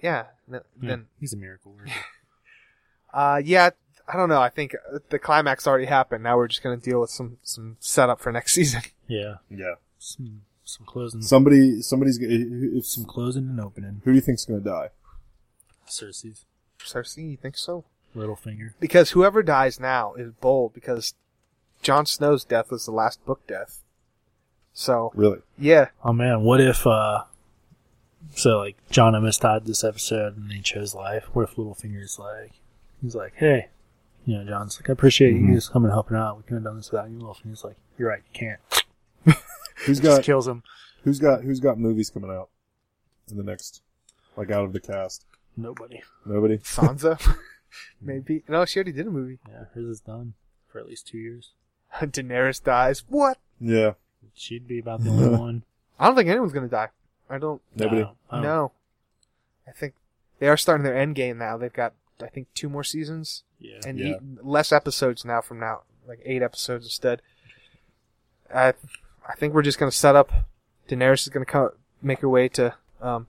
S6: yeah. Then,
S10: Yeah,
S6: then-
S10: he's a miracle worker.
S6: uh, yeah. I don't know. I think uh, the climax already happened. Now we're just gonna deal with some some setup for next season.
S10: yeah.
S1: Yeah.
S10: Some some closing.
S1: Somebody, somebody's. g- who- If,
S10: some closing and opening.
S1: who do you think's gonna die?
S10: Cersei's
S6: Cersei, you think so?
S10: little finger.
S6: Because whoever dies now is bold. Because Jon Snow's death was the last book death. So
S1: Really?
S6: yeah,
S10: Oh man, what if uh so like John Emmis died this episode and he chose life. What if Littlefinger's like he's like, Hey you know, John's like, I appreciate you just coming and helping out. We could have done this without you, Littlefinger's like, You're right, you can't.
S1: Who's
S10: Just
S1: got
S10: kills him.
S1: who's got who's got movies coming out in the next like out of the cast?
S10: Nobody.
S1: Nobody?
S6: Sansa. Maybe no, she already did a movie.
S10: Yeah, hers is done for at least two years.
S6: Daenerys dies. What?
S1: Yeah.
S10: She'd be about the only one.
S6: I don't think anyone's gonna die. I don't.
S1: Nobody.
S10: I don't- I don't-
S6: No. I think they are starting their end game now. They've got I think two more seasons
S10: Yeah.
S6: and
S1: Yeah.
S6: e- less episodes now from now, like eight episodes instead. I I think we're just gonna set up. Daenerys is gonna come make her way to um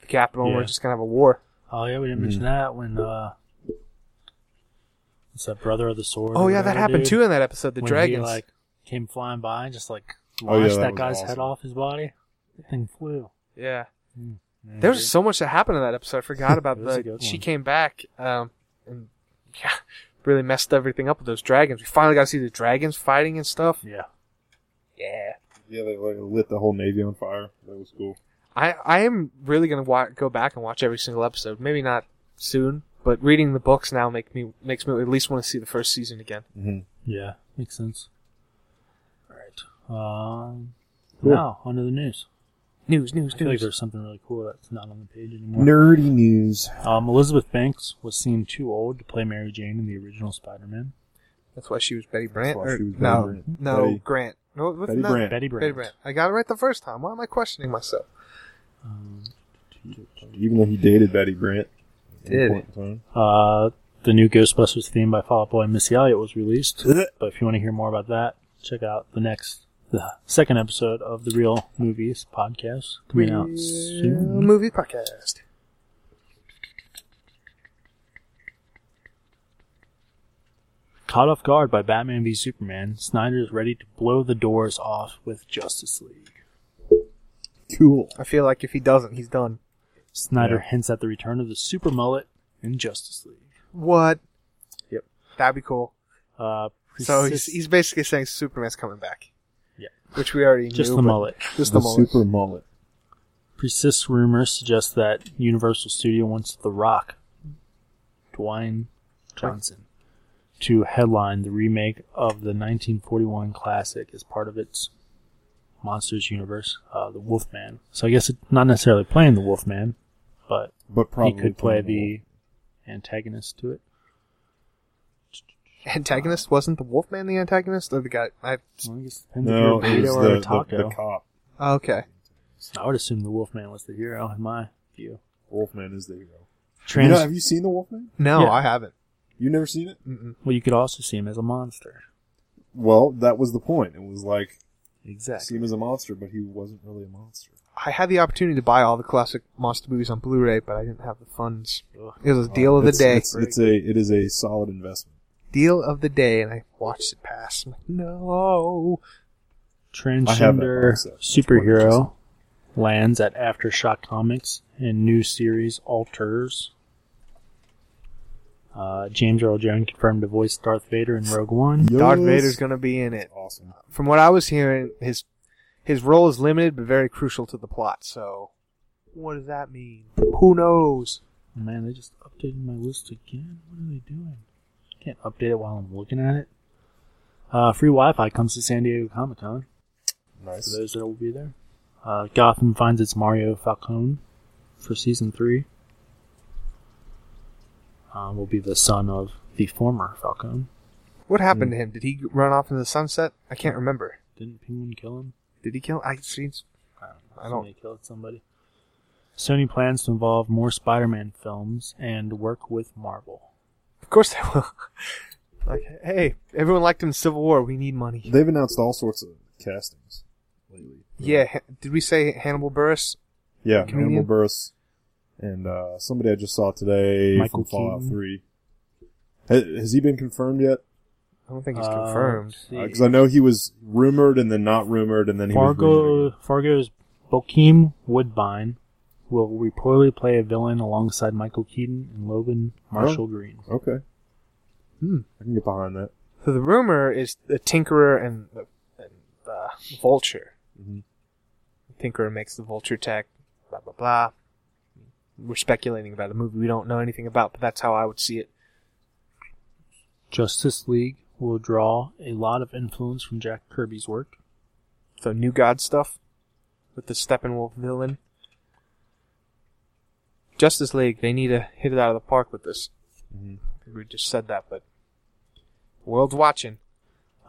S6: the capital. and We're
S10: Yeah.
S6: just gonna have a war.
S10: Oh yeah, we didn't mention that when uh it's that brother of the sword.
S6: oh
S10: or
S6: yeah, that
S10: whatever
S6: happened
S10: dude,
S6: too in that episode. The
S10: when
S6: dragons.
S10: he, like came flying by and just like
S1: Oh, yeah,
S10: launched
S1: that
S10: that,
S1: was
S10: guy's head
S1: awesome.
S10: off his body. That thing flew.
S6: yeah. There was so much that happened in that episode. I forgot about
S10: It Hmm. was a
S6: the.
S10: good
S6: She
S10: one.
S6: came back, um, and yeah, really messed everything up with those dragons. We finally got to see the dragons fighting and stuff.
S10: yeah.
S6: Yeah,
S1: Yeah, they like, lit the whole navy on fire. That was cool.
S6: I I am really gonna wa- go back and watch every single episode. Maybe not soon, but reading the books now make me makes me at least want to see the first season again.
S1: Mm-hmm.
S10: Yeah, makes sense. All right. Um
S1: Cool.
S10: now onto the news.
S6: News, news,
S10: I feel like
S6: news.
S10: there's something really cool that's not on the page anymore.
S1: Nerdy news.
S10: Um, Elizabeth Banks was seen too old to play Mary Jane in the original Spider-Man.
S6: That's why she was Betty Brant.
S1: why
S6: or-
S1: she was Betty
S6: no,
S1: Brant.
S6: no,
S1: Betty-
S6: Grant. No, what's
S1: Betty
S6: not-
S1: Brant.
S10: Betty Brant.
S6: Betty Brant. I got it right the first time. Why am I questioning myself?
S10: Um,
S1: Even though he dated Betty Brant. at
S6: Did.
S1: one point
S10: uh, the new Ghostbusters theme by Fall Out Boy and Missy Elliott was released.
S1: in time.
S10: But if you want to hear more about that, check out the next, the second episode of the Real Movies podcast coming out soon.
S6: Movie podcast.
S10: Caught off guard by Batman v Superman, Snyder is ready to blow the doors off with Justice League.
S1: Cool.
S6: I feel like if he doesn't, he's done.
S10: Snyder
S1: Yeah.
S10: hints at the return of the super mullet in Justice League.
S6: What?
S10: Yep.
S6: That'd be cool.
S10: Uh,
S6: So he's,
S10: persist-
S6: he's basically saying Superman's coming back.
S10: Yeah.
S6: Which we already
S10: just
S6: knew.
S10: the
S6: but-
S10: mullet.
S6: Just the, mullet.
S1: super mullet.
S10: Persists rumors suggest that Universal Studio wants The Rock, Dwayne Johnson, to headline the remake of the 1941 classic as part of its Monsters universe, uh, the Wolfman. So I guess it's not necessarily playing the Wolfman, but
S1: But probably
S10: he could play
S1: playing
S10: the antagonist to it.
S6: Antagonist wasn't the Wolfman the antagonist or the guy? I,
S10: Well, I guess it
S1: the
S10: depends
S1: No,
S10: if you're a
S1: it was
S10: burrito or
S1: the,
S10: a taco.
S1: the, the cop.
S6: okay.
S10: I would assume the Wolfman was the hero in my view.
S1: Wolfman is the hero.
S10: Trans-
S1: You know, have you seen the Wolfman?
S6: No,
S10: Yeah.
S6: I haven't.
S1: You never seen it?
S6: Mm-mm.
S10: well, you could also see him as a monster.
S1: Well, that was the point. It was like see
S10: Exactly.
S1: him as a monster, but he wasn't really a monster.
S6: I had the opportunity to buy all the classic monster movies on Blu-ray, but I didn't have the funds. It was a deal of the
S1: It's-
S6: day.
S1: It's, it's a it is a solid investment.
S6: deal of the day, and I watched it pass. I'm like, no.
S1: I have that
S10: transgender
S1: box set. That's
S10: superhero lands at Aftershock Comics and new series alters. Uh, James Earl Jones confirmed to voice Darth Vader in Rogue One.
S6: Darth
S1: Yes.
S6: Vader's gonna be in it.
S1: awesome.
S6: From what I was hearing, his his role is limited but very crucial to the plot. So, what does that mean? Who knows?
S10: Oh, man, they just updated my list again. What are they doing? Can't update it while I'm looking at it. Uh, free Wi-Fi comes to San Diego Comic Con for
S1: Nice.
S10: those that will be there. Uh, Gotham finds its Mario Falcone for season three. Um, will be the son of the former Falcone.
S6: What
S1: Hmm.
S6: happened to him? Did he run off into the sunset? I can't remember.
S10: Didn't Penguin kill him?
S6: Did he kill? I see. I don't-
S10: Somebody killed somebody. Sony plans to involve more Spider-Man films and work with Marvel.
S6: Of course they will. like, hey, everyone liked him in Civil War. We need money.
S1: They've announced all sorts of castings lately.
S6: Yeah. Ha- did we say Hannibal Burris?
S1: Yeah,
S6: Comedian?
S1: Hannibal Buress and uh, somebody I just saw today from
S10: Michael
S1: Fallout
S10: Keaton.
S1: Three. Has, has he been confirmed yet?
S6: I don't think he's
S10: Uh,
S6: confirmed.
S10: let's see.
S1: Because I know he was rumored and then not rumored, and then he was rumored.
S10: Fargo Fargo's Bokeem Woodbine will reportedly play a villain alongside Michael Keaton and Logan Marshall Green.
S1: Okay.
S6: Hmm.
S1: I can get behind that.
S6: So the rumor is the Tinkerer and the, and the Vulture.
S1: Mhm.
S6: Tinkerer makes the Vulture tech, blah, blah, blah. We're speculating about a movie we don't know anything about, but that's how I would see it.
S10: Justice League will draw a lot of influence from Jack Kirby's work.
S6: The New God stuff with the Steppenwolf villain. Justice League, they need to hit it out of the park with this.
S10: Mm-hmm.
S1: Mhm.
S6: We just said that, but the world's watching.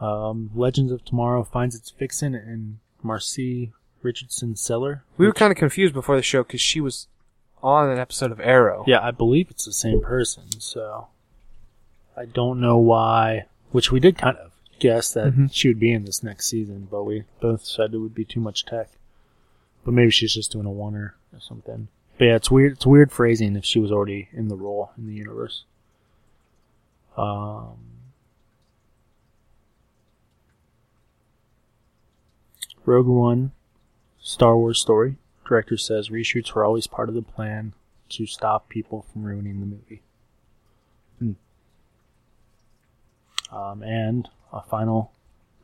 S10: Um, Legends of Tomorrow finds its vixen in Marcy Richardson's cellar.
S6: We were kind of confused before the show because she was on an episode of Arrow.
S10: Yeah, I believe it's the same person, so I don't know why. Which we did kind of guess that
S6: Mhm.
S10: she would be in this next season, but we both said it would be too much tech. But maybe she's just doing a oneer or something. But yeah, it's weird. It's weird phrasing if she was already in the role in the universe. Um, Rogue One, Star Wars story. Director says reshoots were always part of the plan to stop people from ruining the movie. Um, and a final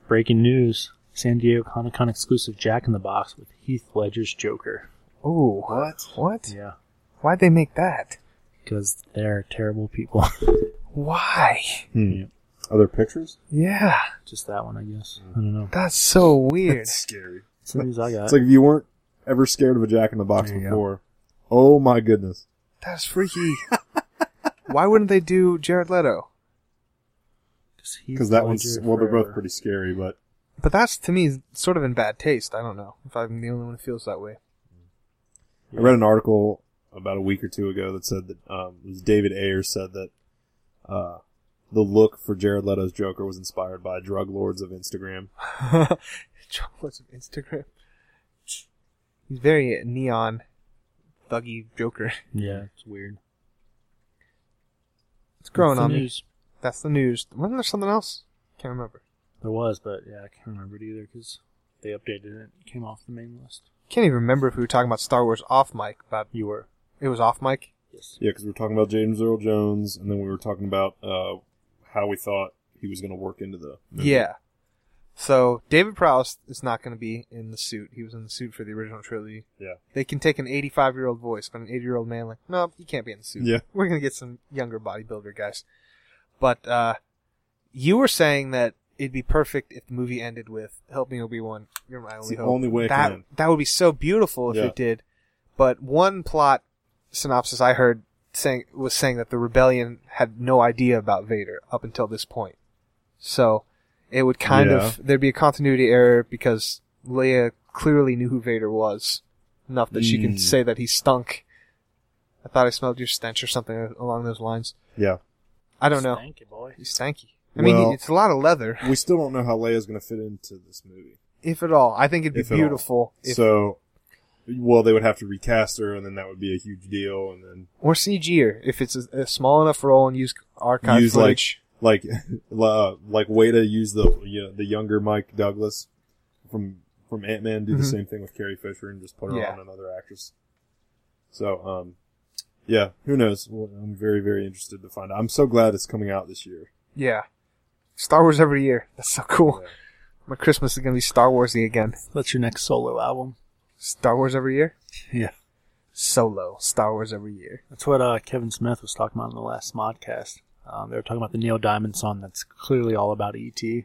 S10: breaking news: San Diego Comic Con exclusive Jack in the Box with Heath Ledger's Joker.
S6: Ooh. What? What?
S10: Yeah,
S6: Why'd they make that?
S10: because they're terrible people.
S6: Why?
S1: Hmm. Other pictures?
S6: Yeah,
S10: Just that one, I guess. I don't know.
S6: that's so weird.
S1: That's scary.
S10: That's the news I got.
S1: It's like if you weren't ever scared of a Jack in the Box
S6: There you go.
S1: before. Oh my goodness.
S6: That's freaky. Why wouldn't they do Jared Leto?
S1: Because that one's, well, they're both pretty scary, but
S6: But that's to me sort of in bad taste. I don't know if I'm the only one who feels that way.
S1: I read an article about a week or two ago that said that, um, it was David Ayer said that, uh, the look for Jared Leto's Joker was inspired by drug lords of Instagram.
S6: John was on Instagram. He's very neon, thuggy Joker.
S10: Yeah, it's weird.
S6: It's growing
S10: That's
S6: on
S10: the
S6: me.
S10: news.
S6: That's the news. Wasn't there something else? Can't remember.
S10: There was, but yeah, I can't remember it either because they updated it. It came off the main list.
S6: Can't even remember if we were talking about Star Wars off mic, but
S10: You were.
S6: it was off mic.
S10: Yes.
S1: Yeah, because we were talking about James Earl Jones, and then we were talking about, uh, how we thought he was going to work into the.
S10: Mm-hmm.
S1: movie.
S6: Yeah. So David Prowse is not going to be in the suit. He was in the suit for the original trilogy.
S1: Yeah.
S6: They can take an 85 year old voice, but an 80 year old man like, no, you can't be in the suit.
S1: Yeah.
S6: We're gonna get some younger bodybuilder guys. But uh, you were saying that it'd be perfect if the movie ended with "Help me, Obi Wan. You're my only
S1: the
S6: hope."
S1: only way it
S6: that
S1: can end.
S6: that would be so beautiful if
S1: Yeah.
S6: it did. But one plot synopsis I heard saying was saying that the rebellion had no idea about Vader up until this point. So it would kind of there'd be a continuity error because Leia clearly knew who Vader was enough that she can
S1: Mm.
S6: say that he stunk. I thought I smelled your stench or something along those lines.
S1: Yeah.
S6: I don't know.
S10: Thank you, boy.
S6: He's stanky. I mean,
S1: Well-
S6: it's a lot of leather,
S1: We still don't know how Leia's going to fit into this movie.
S6: if at all. I think it'd be
S1: If at all.
S6: beautiful. If,
S1: so, well, they would have to recast her, and then that would be a huge deal. And then
S6: or CG her, if it's a, a small enough role and use archive
S1: use
S6: footage.
S1: like, like, uh, like way to use the you know, the younger Mike Douglas from from Ant Man do the
S6: Mhm.
S1: same thing with Carrie Fisher and just put her
S6: Yeah.
S1: on another actress. So, um, yeah, who knows? Well, I'm very very interested to find out. I'm so glad it's coming out this year.
S6: yeah. Star Wars every year. That's so cool.
S1: Yeah.
S6: My Christmas is going to be Star Warsy again.
S10: That's your next solo album.
S6: Star Wars every year?
S10: Yeah.
S6: Solo. Star Wars every year.
S10: That's what uh, Kevin Smith was talking about in the last Smodcast. Um, they were talking about the Neil Diamond song that's clearly all about E.T.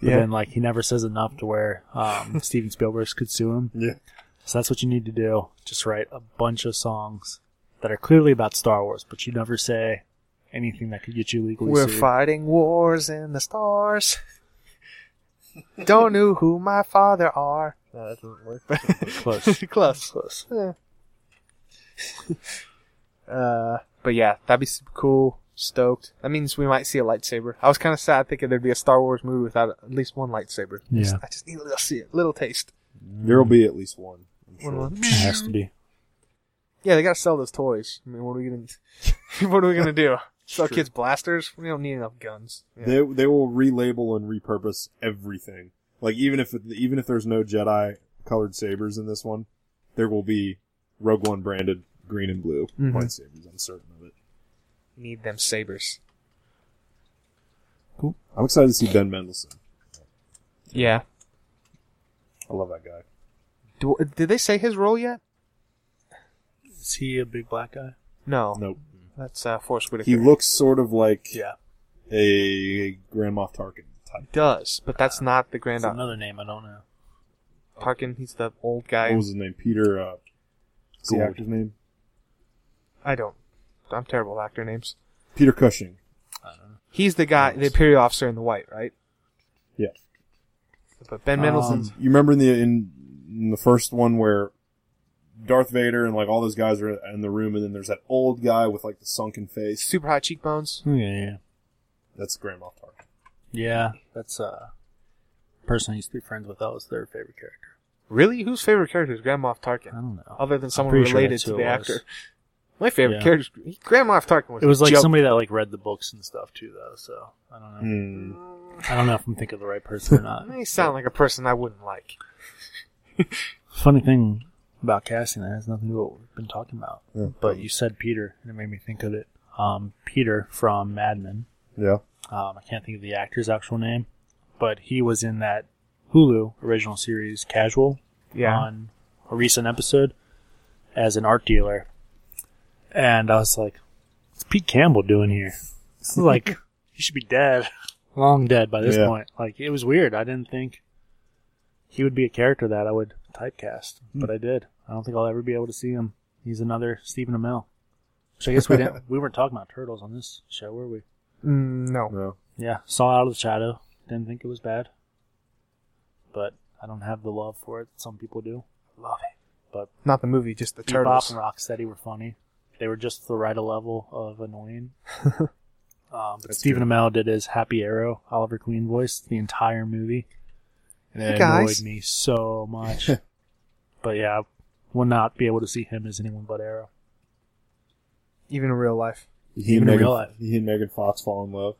S10: But then, like, he never says enough to where um, Steven Spielberg could sue him.
S1: Yeah,
S10: So that's what you need to do. Just write a bunch of songs that are clearly about Star Wars, but you never say anything that could get you legally
S6: We're
S10: sued.
S6: fighting wars in the stars. Don't know who my father are. No, that doesn't work.
S10: Close.
S6: Close.
S10: Close.
S6: Yeah. uh, but yeah, that'd be super cool. Stoked. That means we might see a lightsaber. I was kind of sad thinking there'd be a Star Wars movie without at least one lightsaber. I just-
S10: Yeah.
S6: I just need a little, see it, little taste.
S1: there'll be at least one. I'm
S6: One
S1: sure.
S6: of them.
S10: It has to be.
S6: Yeah, they gotta sell those toys. I mean, what are we gonna, what are we gonna do? Sell kids blasters? We don't need enough guns. Yeah.
S1: They they will relabel and repurpose everything. Like even if even if there's no Jedi colored sabers in this one, there will be Rogue One branded green and blue
S6: Mhm.
S1: lightsabers. I'm certain of it.
S6: need them sabers.
S1: I'm excited to see Ben Mendelsohn.
S6: Yeah.
S1: I love that guy.
S6: Do, did they say his role yet?
S10: Is he a big black guy?
S6: No.
S1: Nope.
S6: That's uh, Force Whitaker.
S1: He looks sort of like
S10: Yeah.
S1: a Grand Moff Tarkin type.
S6: does, but that's not the Grand
S10: That's another name I don't know.
S6: Tarkin. He's the old guy.
S1: What was his name? Peter. Uh, is the
S10: Gould.
S1: actor's name?
S6: I don't. I'm terrible with actor names.
S1: Peter Cushing.
S6: He's the guy, the Imperial officer in the white, right?
S1: Yeah.
S6: But Ben Mendelsohn's.
S10: Um,
S1: You remember in the in, in the first one where Darth Vader and like all those guys are in the room, and then there's that old guy with like the sunken face.
S6: super high cheekbones.
S10: Yeah, Oh, yeah.
S1: That's Grand Moff Tarkin.
S10: Yeah, that's uh person I used to be friends with. That was their favorite character.
S6: Really? Whose favorite character is Grand Moff
S10: I
S6: Tarkin?
S10: don't know.
S6: Other than
S10: I'm
S6: someone
S10: pretty sure
S6: related
S10: that's
S6: to
S10: who
S6: the
S10: it was.
S6: actor. My favorite
S10: Yeah.
S6: character is Grand Moff Tarkin. Was
S10: It was like
S6: joke.
S10: somebody that like read the books and stuff too, though. So I don't
S6: Mm.
S10: know. I don't know if I'm thinking of the right person or not.
S6: They sound like a person I wouldn't like.
S10: Funny thing about casting that has nothing to do with what we've been talking about.
S1: Yeah.
S10: But you said Peter, and it made me think of it. Um, Peter from Mad Men.
S1: Yeah.
S10: Um, I can't think of the actor's actual name, but he was in that Hulu original series, Casual. on a recent episode as an art dealer, and I was like, "What's Pete Campbell doing here? This is like he should be dead, long dead by this
S1: Yeah.
S10: point." Like it was weird. I didn't think he would be a character that I would typecast, but I did. I don't think I'll ever be able to see him. He's another Stephen Amell. So I guess we didn't. We weren't talking about turtles on this show, were we?
S6: Mm, no.
S1: No.
S10: Yeah, saw Out of the Shadow. Didn't think it was bad, but I don't have the love for it. Some people do.
S6: Love it.
S10: But
S6: Not the movie, just the
S10: Bebop
S6: turtles.
S10: and Rocksteady were funny. They were just the right level of annoying. um, but
S1: That's
S10: Stephen
S1: good.
S10: Amell did his Happy Arrow, Oliver Queen voice, the entire movie. And
S6: Hey,
S10: it
S6: guys.
S10: annoyed me so much. but yeah, I will not be able to see him as anyone but Arrow.
S6: Even in real life.
S1: He
S10: Even
S1: and,
S10: in
S1: Megan,
S10: real life.
S1: he and Megan Fox fall in love.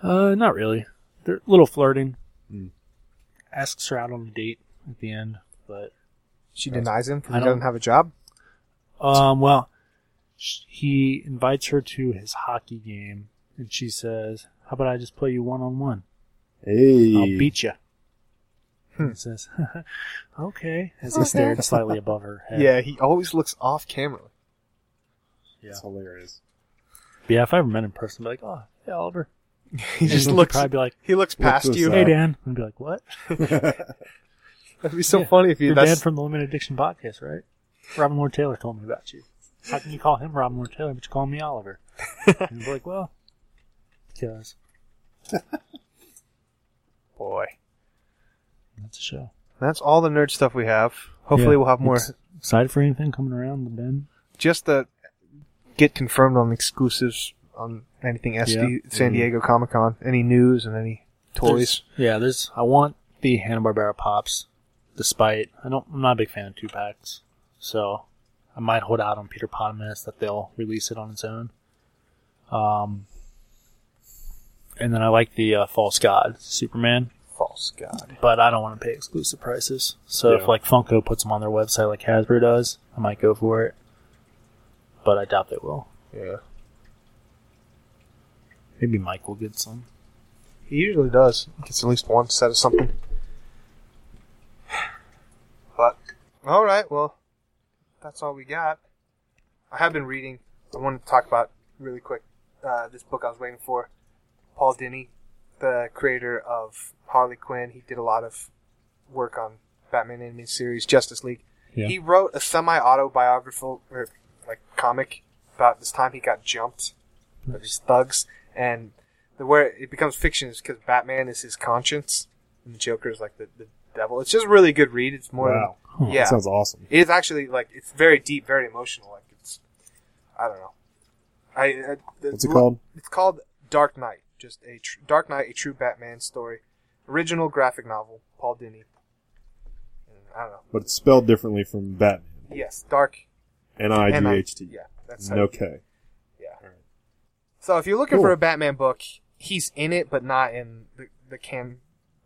S10: Uh, not really. They're a little flirting.
S1: Hmm.
S10: Asks her out on a date at the end, but
S6: She denies him because
S10: I
S6: he
S10: don't-
S6: doesn't have a job.
S10: Um, well, sh- he invites her to his hockey game, and she says, "How about I just play you one on one?
S1: Hey.
S10: I'll beat you." He Hmm. says, "Okay," as he stared slightly above her head.
S6: Yeah, he always looks off camera.
S1: It's hilarious.
S10: But yeah. If I ever met in person, I'd be like, "Oh, hey, Oliver,"
S6: He just
S10: And he'd
S6: looks.
S10: Probably be like,
S6: He looks past
S1: Looks
S6: you.
S1: aside.
S10: "Hey, Dan," and I'd be like, "What?
S6: That'd be so
S10: Yeah.
S6: funny if you.
S10: Your
S6: That's,
S10: dad from the Limited Addiction podcast, right? Robin Lord Taylor told me about you. How can you call him Robin Lord Taylor, but you call me Oliver?" and he's like, "Well, because
S6: boy.
S10: that's a show."
S6: That's all the nerd stuff we have. Hopefully,
S10: Yeah.
S6: we'll have more.
S10: Ex- excited for anything coming around, Ben?
S6: Just to get confirmed on exclusives on anything SD
S10: Yeah.
S6: San
S10: Mhm.
S6: Diego Comic Con, any news and any toys.
S10: yeah, there's. I want the Hanna Barbera pops, despite I don't. I'm not a big fan of two packs, so I might hold out on Peter Potamus that they'll release it on its own. Um, and then I like the uh, False God Superman,
S6: False God.
S10: but I don't want to pay exclusive prices. So
S1: Yeah.
S10: if like Funko puts them on their website, like Hasbro does, I might go for it. But I doubt they will.
S6: Yeah.
S10: Maybe Mike will get some.
S6: He usually does. Gets at least one set of something. But all right, well, that's all we got. I have been reading. I wanted to talk about really quick uh, this book I was waiting for. Paul Dini, the creator of Harley Quinn, he did a lot of work on Batman animated series Justice League.
S10: Yeah.
S6: He wrote a semi-autobiographical or like comic about this time he got jumped by these thugs, and the where it becomes fiction is because Batman is his conscience and the Joker is like the, the devil. It's just a really good read. It's more
S1: wow.
S6: than yeah.
S1: That sounds awesome.
S6: It is actually like it's very deep, very emotional. Like it's, I don't know. I, I
S1: What's it called?
S6: It's called Dark Knight. Just a tr- Dark Knight, a true Batman story, original graphic novel, Paul Dini. And I don't know.
S1: But it's spelled differently from Batman.
S6: Yes, dark.
S1: N I
S6: and
S1: G
S6: I-
S1: H T.
S6: Yeah, that's how
S1: No K.
S6: Yeah. So if you're looking
S1: Cool.
S6: for a Batman book, he's in it, but not in the the can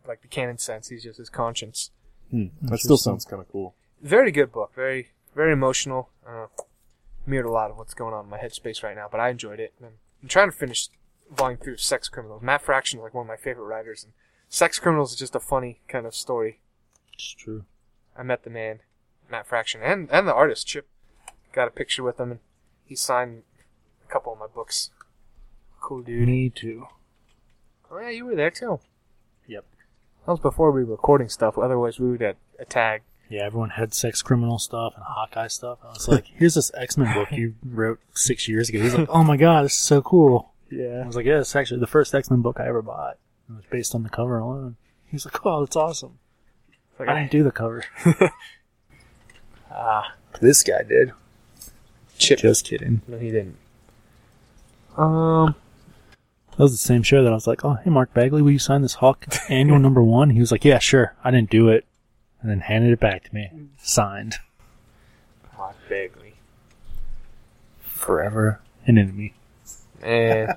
S6: like the canon sense. He's just his conscience.
S1: Hmm. That still sounds kind of cool.
S6: very good book. Very, very emotional. Uh, mirrored a lot of what's going on in my headspace right now, but I enjoyed it. And I'm trying to finish volume three of Sex Criminals. Matt Fraction is like one of my favorite writers, and Sex Criminals is just a funny kind of story.
S10: It's true.
S6: I met the man, Matt Fraction, and and the artist Chip. Got a picture with him, and he signed a couple of my books. Cool dude.
S10: Me too.
S6: Oh yeah, you were there too.
S10: Yep.
S6: That was before we were recording stuff. Otherwise, we would have a tag.
S10: Yeah, everyone had sex criminal stuff and Hawkeye stuff. I was like, here's this X Men book you wrote six years ago. He's like, oh my god, this is so cool. I
S6: Yeah.
S10: was like, yeah, it's actually the first X Men book I ever bought. It was based on the cover alone. He's like, oh, that's awesome. I didn't do the cover.
S6: ah,
S10: This guy did.
S6: Chip.
S10: Just kidding.
S6: No, he didn't. Um.
S10: That was the same show that I was like, oh, hey, Mark Bagley, will you sign this Hawk annual number one? He was like, yeah, sure. I didn't do it. And then handed it back to me. Signed.
S6: Hot Bagley.
S10: Forever an enemy.
S6: And eh.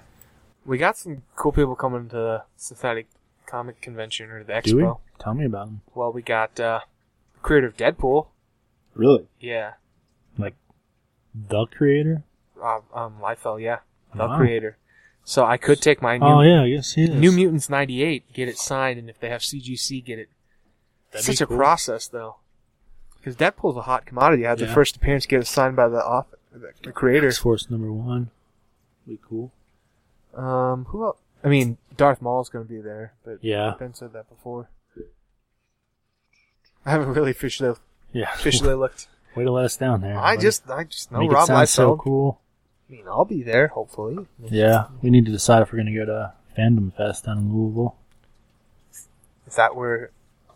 S6: we got some cool people coming to the Society Comic Convention or the Expo.
S10: Do we? Tell me about him.
S6: Well, we got uh, the creator of Deadpool.
S1: Really?
S6: Yeah.
S10: Like, the creator?
S6: Uh, um, Liefeld, yeah. The
S10: Wow.
S6: creator. So I could take my new,
S10: oh, yeah, I guess he is.
S6: new Mutants 98, get it signed, and if they have CGC, get it.
S10: That'd be
S6: Such a
S10: cool.
S6: process, though. Because Deadpool's a hot commodity. I had the
S10: Yeah.
S6: first appearance get it signed by the, author, the, the creator.
S10: X Force number one. Be cool.
S6: Um, who else? I mean, Darth Maul's going to be there, but
S10: Yeah.
S6: Ben said that before. I haven't really officially
S10: Yeah.
S6: officially looked.
S10: Way to let us down there.
S6: I
S10: buddy.
S6: just I just know
S10: Make it
S6: Rob
S10: sound
S6: Liefeld.
S10: so cool.
S6: I mean, I'll be there hopefully.
S10: Yeah, we need to decide if we're going to go to Fandom Fest down in Louisville.
S6: Is that where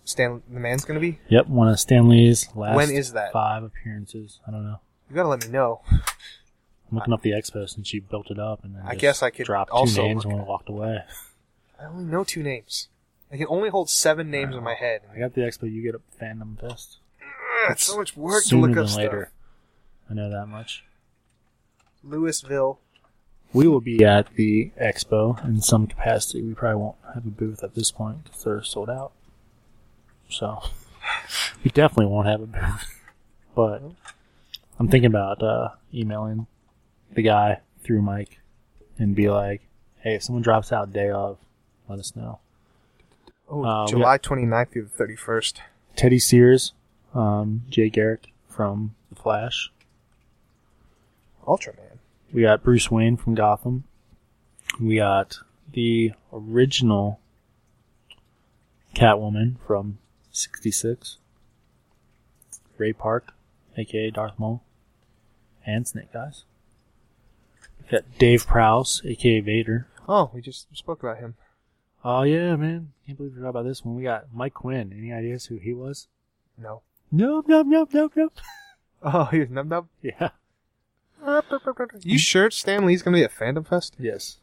S6: Stan the man's gonna be?
S10: Yep, one of Stanley's last
S6: When is that?
S10: five appearances. I don't know.
S6: You gotta let me know.
S10: I'm looking up the expo since she built it up, and then
S6: I
S10: just
S6: guess I could
S10: dropped
S6: also
S10: two names
S6: look
S10: when
S6: at
S10: we walked away.
S6: I only know two names. I can only hold seven names in my head.
S10: I got the expo. You get a Fandom Fest
S6: Ugh, it's so much work to
S10: sooner
S6: look
S10: than
S6: up stuff.
S10: later. I know that much.
S6: Louisville.
S10: We will be at the expo in some capacity. We probably won't have a booth at this point because they're sold out. So we definitely won't have a booth. But I'm thinking about uh, emailing the guy through Mike and be like, "Hey, if someone drops out day of, let us know."
S6: Oh,
S10: Uh, we
S6: July twenty 29th through the 31st.
S10: Teddy Sears, um, Jay Garrick from The Flash.
S6: Ultraman.
S10: We got Bruce Wayne from Gotham. We got the original Catwoman from '66. Ray Park, aka Darth Maul, and Snake Eyes. We got Dave Prowse, aka Vader.
S6: Oh, we just spoke about him.
S10: Oh yeah, man! Can't believe we forgot about this one. We got Mike Quinn. Any ideas who he was?
S6: No.
S10: Nope, nope, nope, nope, nope.
S6: Oh, he was nub nub.
S10: Yeah.
S6: You sure Stan Lee's gonna be at Fandom Fest?
S10: Yes.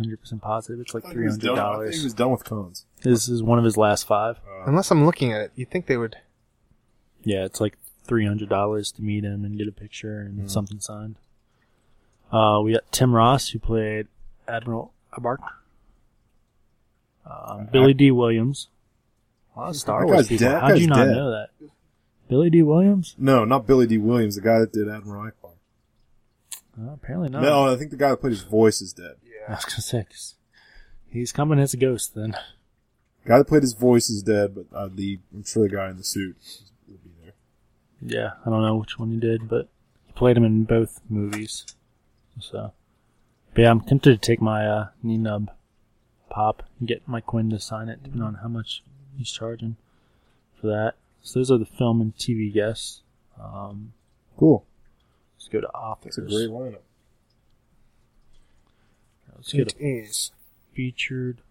S10: 100% positive. It's like
S1: I think he was
S10: $300.
S1: done- I think he was done with cons.
S10: This is one of his last five.
S6: Unless I'm looking at it, you'd think they would.
S10: Yeah, it's like $300 to meet him and get a picture and something signed. Uh, we got Tim Ross, who played Admiral Abark. Um, Billy D. Williams. A lot of Star
S1: That
S10: Wars
S1: guy's
S10: people.
S1: dead- that
S10: How'd you
S1: guy's
S10: not
S1: dead.
S10: know that? Billy D. Williams?
S1: No, not Billy D. Williams, the guy that did Admiral Ackbar.
S10: Uh, apparently
S1: No.
S10: not.
S1: I think the guy that played his voice is dead.
S10: I was going to say, 'cause he's coming as a ghost then.
S1: The guy that played his voice is dead, but uh, the I'm sure the guy in the suit will be there.
S10: Yeah, I don't know which one he did, but he played him in both movies. So, but yeah, I'm tempted to take my uh, knee nub pop and get Mike Quinn to sign it, depending on how much he's charging for that. So those are the film and TV guests. Um,
S1: Cool.
S10: let's go to authors.
S1: That's a great lineup.
S10: Let's go
S6: It
S10: to
S6: is.
S10: featured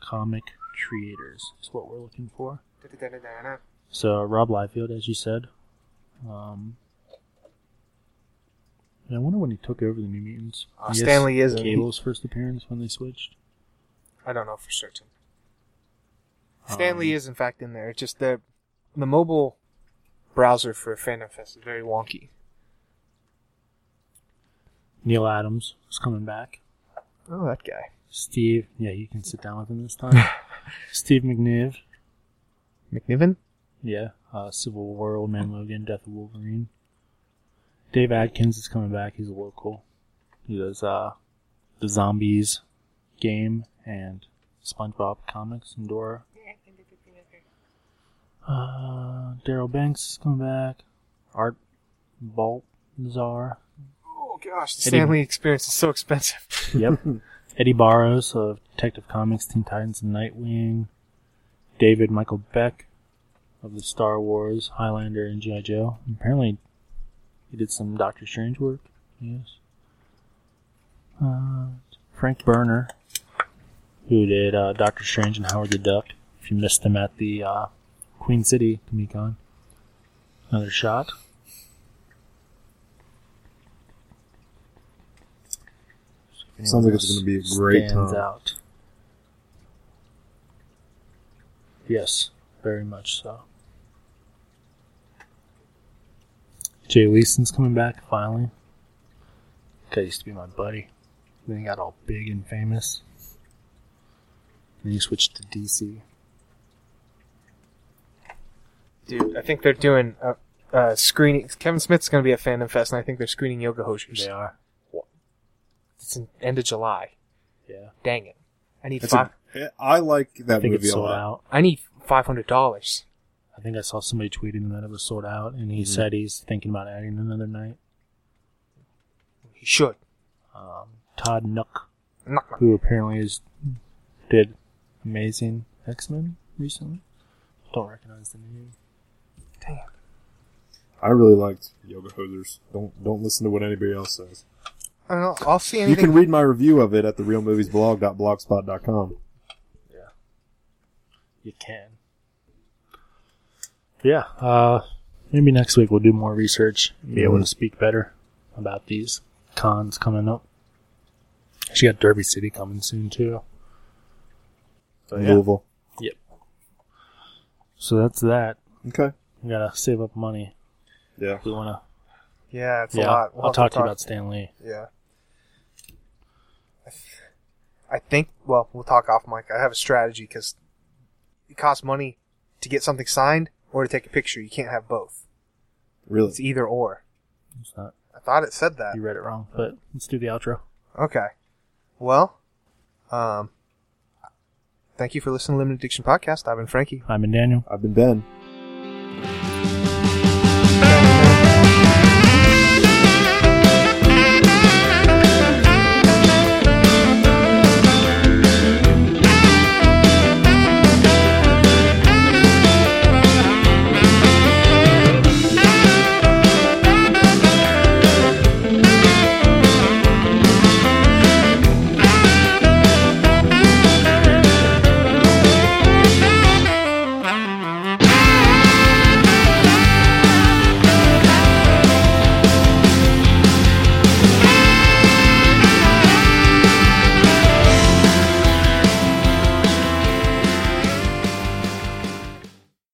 S10: comic creators. Is what we're looking for. So Rob Liefeld, as you said. Um, and I wonder when he took over the New Mutants.
S6: Uh,
S10: I guess
S6: Stanley isn't.
S10: Cable's first appearance when they switched.
S6: I don't know for certain.
S10: Um,
S6: Stanley is in fact in there. It's just the the mobile browser for Fandom Fest is very wonky.
S10: Neil Adams is coming back.
S6: Oh, that guy.
S10: Steve, yeah, you can sit down with him this time. Steve McNiv,
S6: McNiven?
S10: yeah, uh, Civil War, Old Man Logan, Death of Wolverine. Dave Adkins is coming back. He's a local. He does uh, the Zombies game and SpongeBob comics and Dora. Uh, Daryl Banks is coming back. Art Baltzar.
S6: Oh gosh, the
S10: Eddie-
S6: Stanley experience is so expensive.
S10: Yep. Eddie Barros of Detective Comics, Teen Titans, and Nightwing. David Michael Beck of the Star Wars, Highlander, and G.I. Joe. Apparently, he did some Doctor Strange work. Yes. Uh, Frank Berner, who did uh, Doctor Strange and Howard the Duck. If you missed him at the uh, Queen City Comic Con, another shot.
S1: Sounds like it's gonna be a great
S10: stands
S1: time.
S10: out. Yes, very much so. Jay Leeson's coming back finally. Guy used to be my buddy. Then he got all big and famous. Then he switched to DC.
S6: Dude, I think they're doing a, a screening. Kevin Smith's going to be at Fandom Fest, and I think they're screening Yoga Hosers.
S10: They are.
S6: It's in, end of July.
S10: Yeah.
S6: Dang it! I need
S1: That's
S6: five.
S1: a, eh, I like
S10: I
S1: that
S10: think
S1: movie
S10: it's
S1: a
S10: sold
S1: lot.
S10: out.
S6: I need five hundred dollars.
S10: I think I saw somebody tweeting that it was sold out, and he said he's thinking about adding another night.
S6: He should.
S10: Um, Todd Nook
S6: Knock, knock.
S10: who apparently is did amazing X Men recently. Don't recognize the name.
S6: Dang it.
S1: I really liked Yoga Hosers. Don't don't listen to what anybody else says.
S6: I don't know. I'll see
S1: You
S6: anything.
S1: can read my review of it at therealmoviesblog.blogspot.com.
S10: You can. Yeah. Uh, maybe next week we'll do more research and be
S6: Mm-hmm.
S10: able to speak better about these cons coming up. She got Derby City coming soon too. So, yeah.
S1: Louisville.
S10: So that's that.
S1: Okay.
S10: We gotta save up money.
S1: Yeah.
S10: if We wanna.
S6: yeah, it's
S10: yeah.
S6: a lot.
S10: I'll,
S6: We'll
S10: I'll
S6: have
S10: talk to you about Stanley.
S6: Yeah. I th- I think. Well, we'll talk off mic. I have a strategy because it costs money to get something signed or to take a picture. You can't have both. It's
S1: Really?
S6: either or.
S10: It's not.
S6: I thought it said that.
S10: You read it wrong. But let's do the outro.
S6: Okay. Well, um, thank you for listening to Limited Addiction Podcast. I've been Frankie.
S10: I'm in Daniel.
S1: I've been Ben.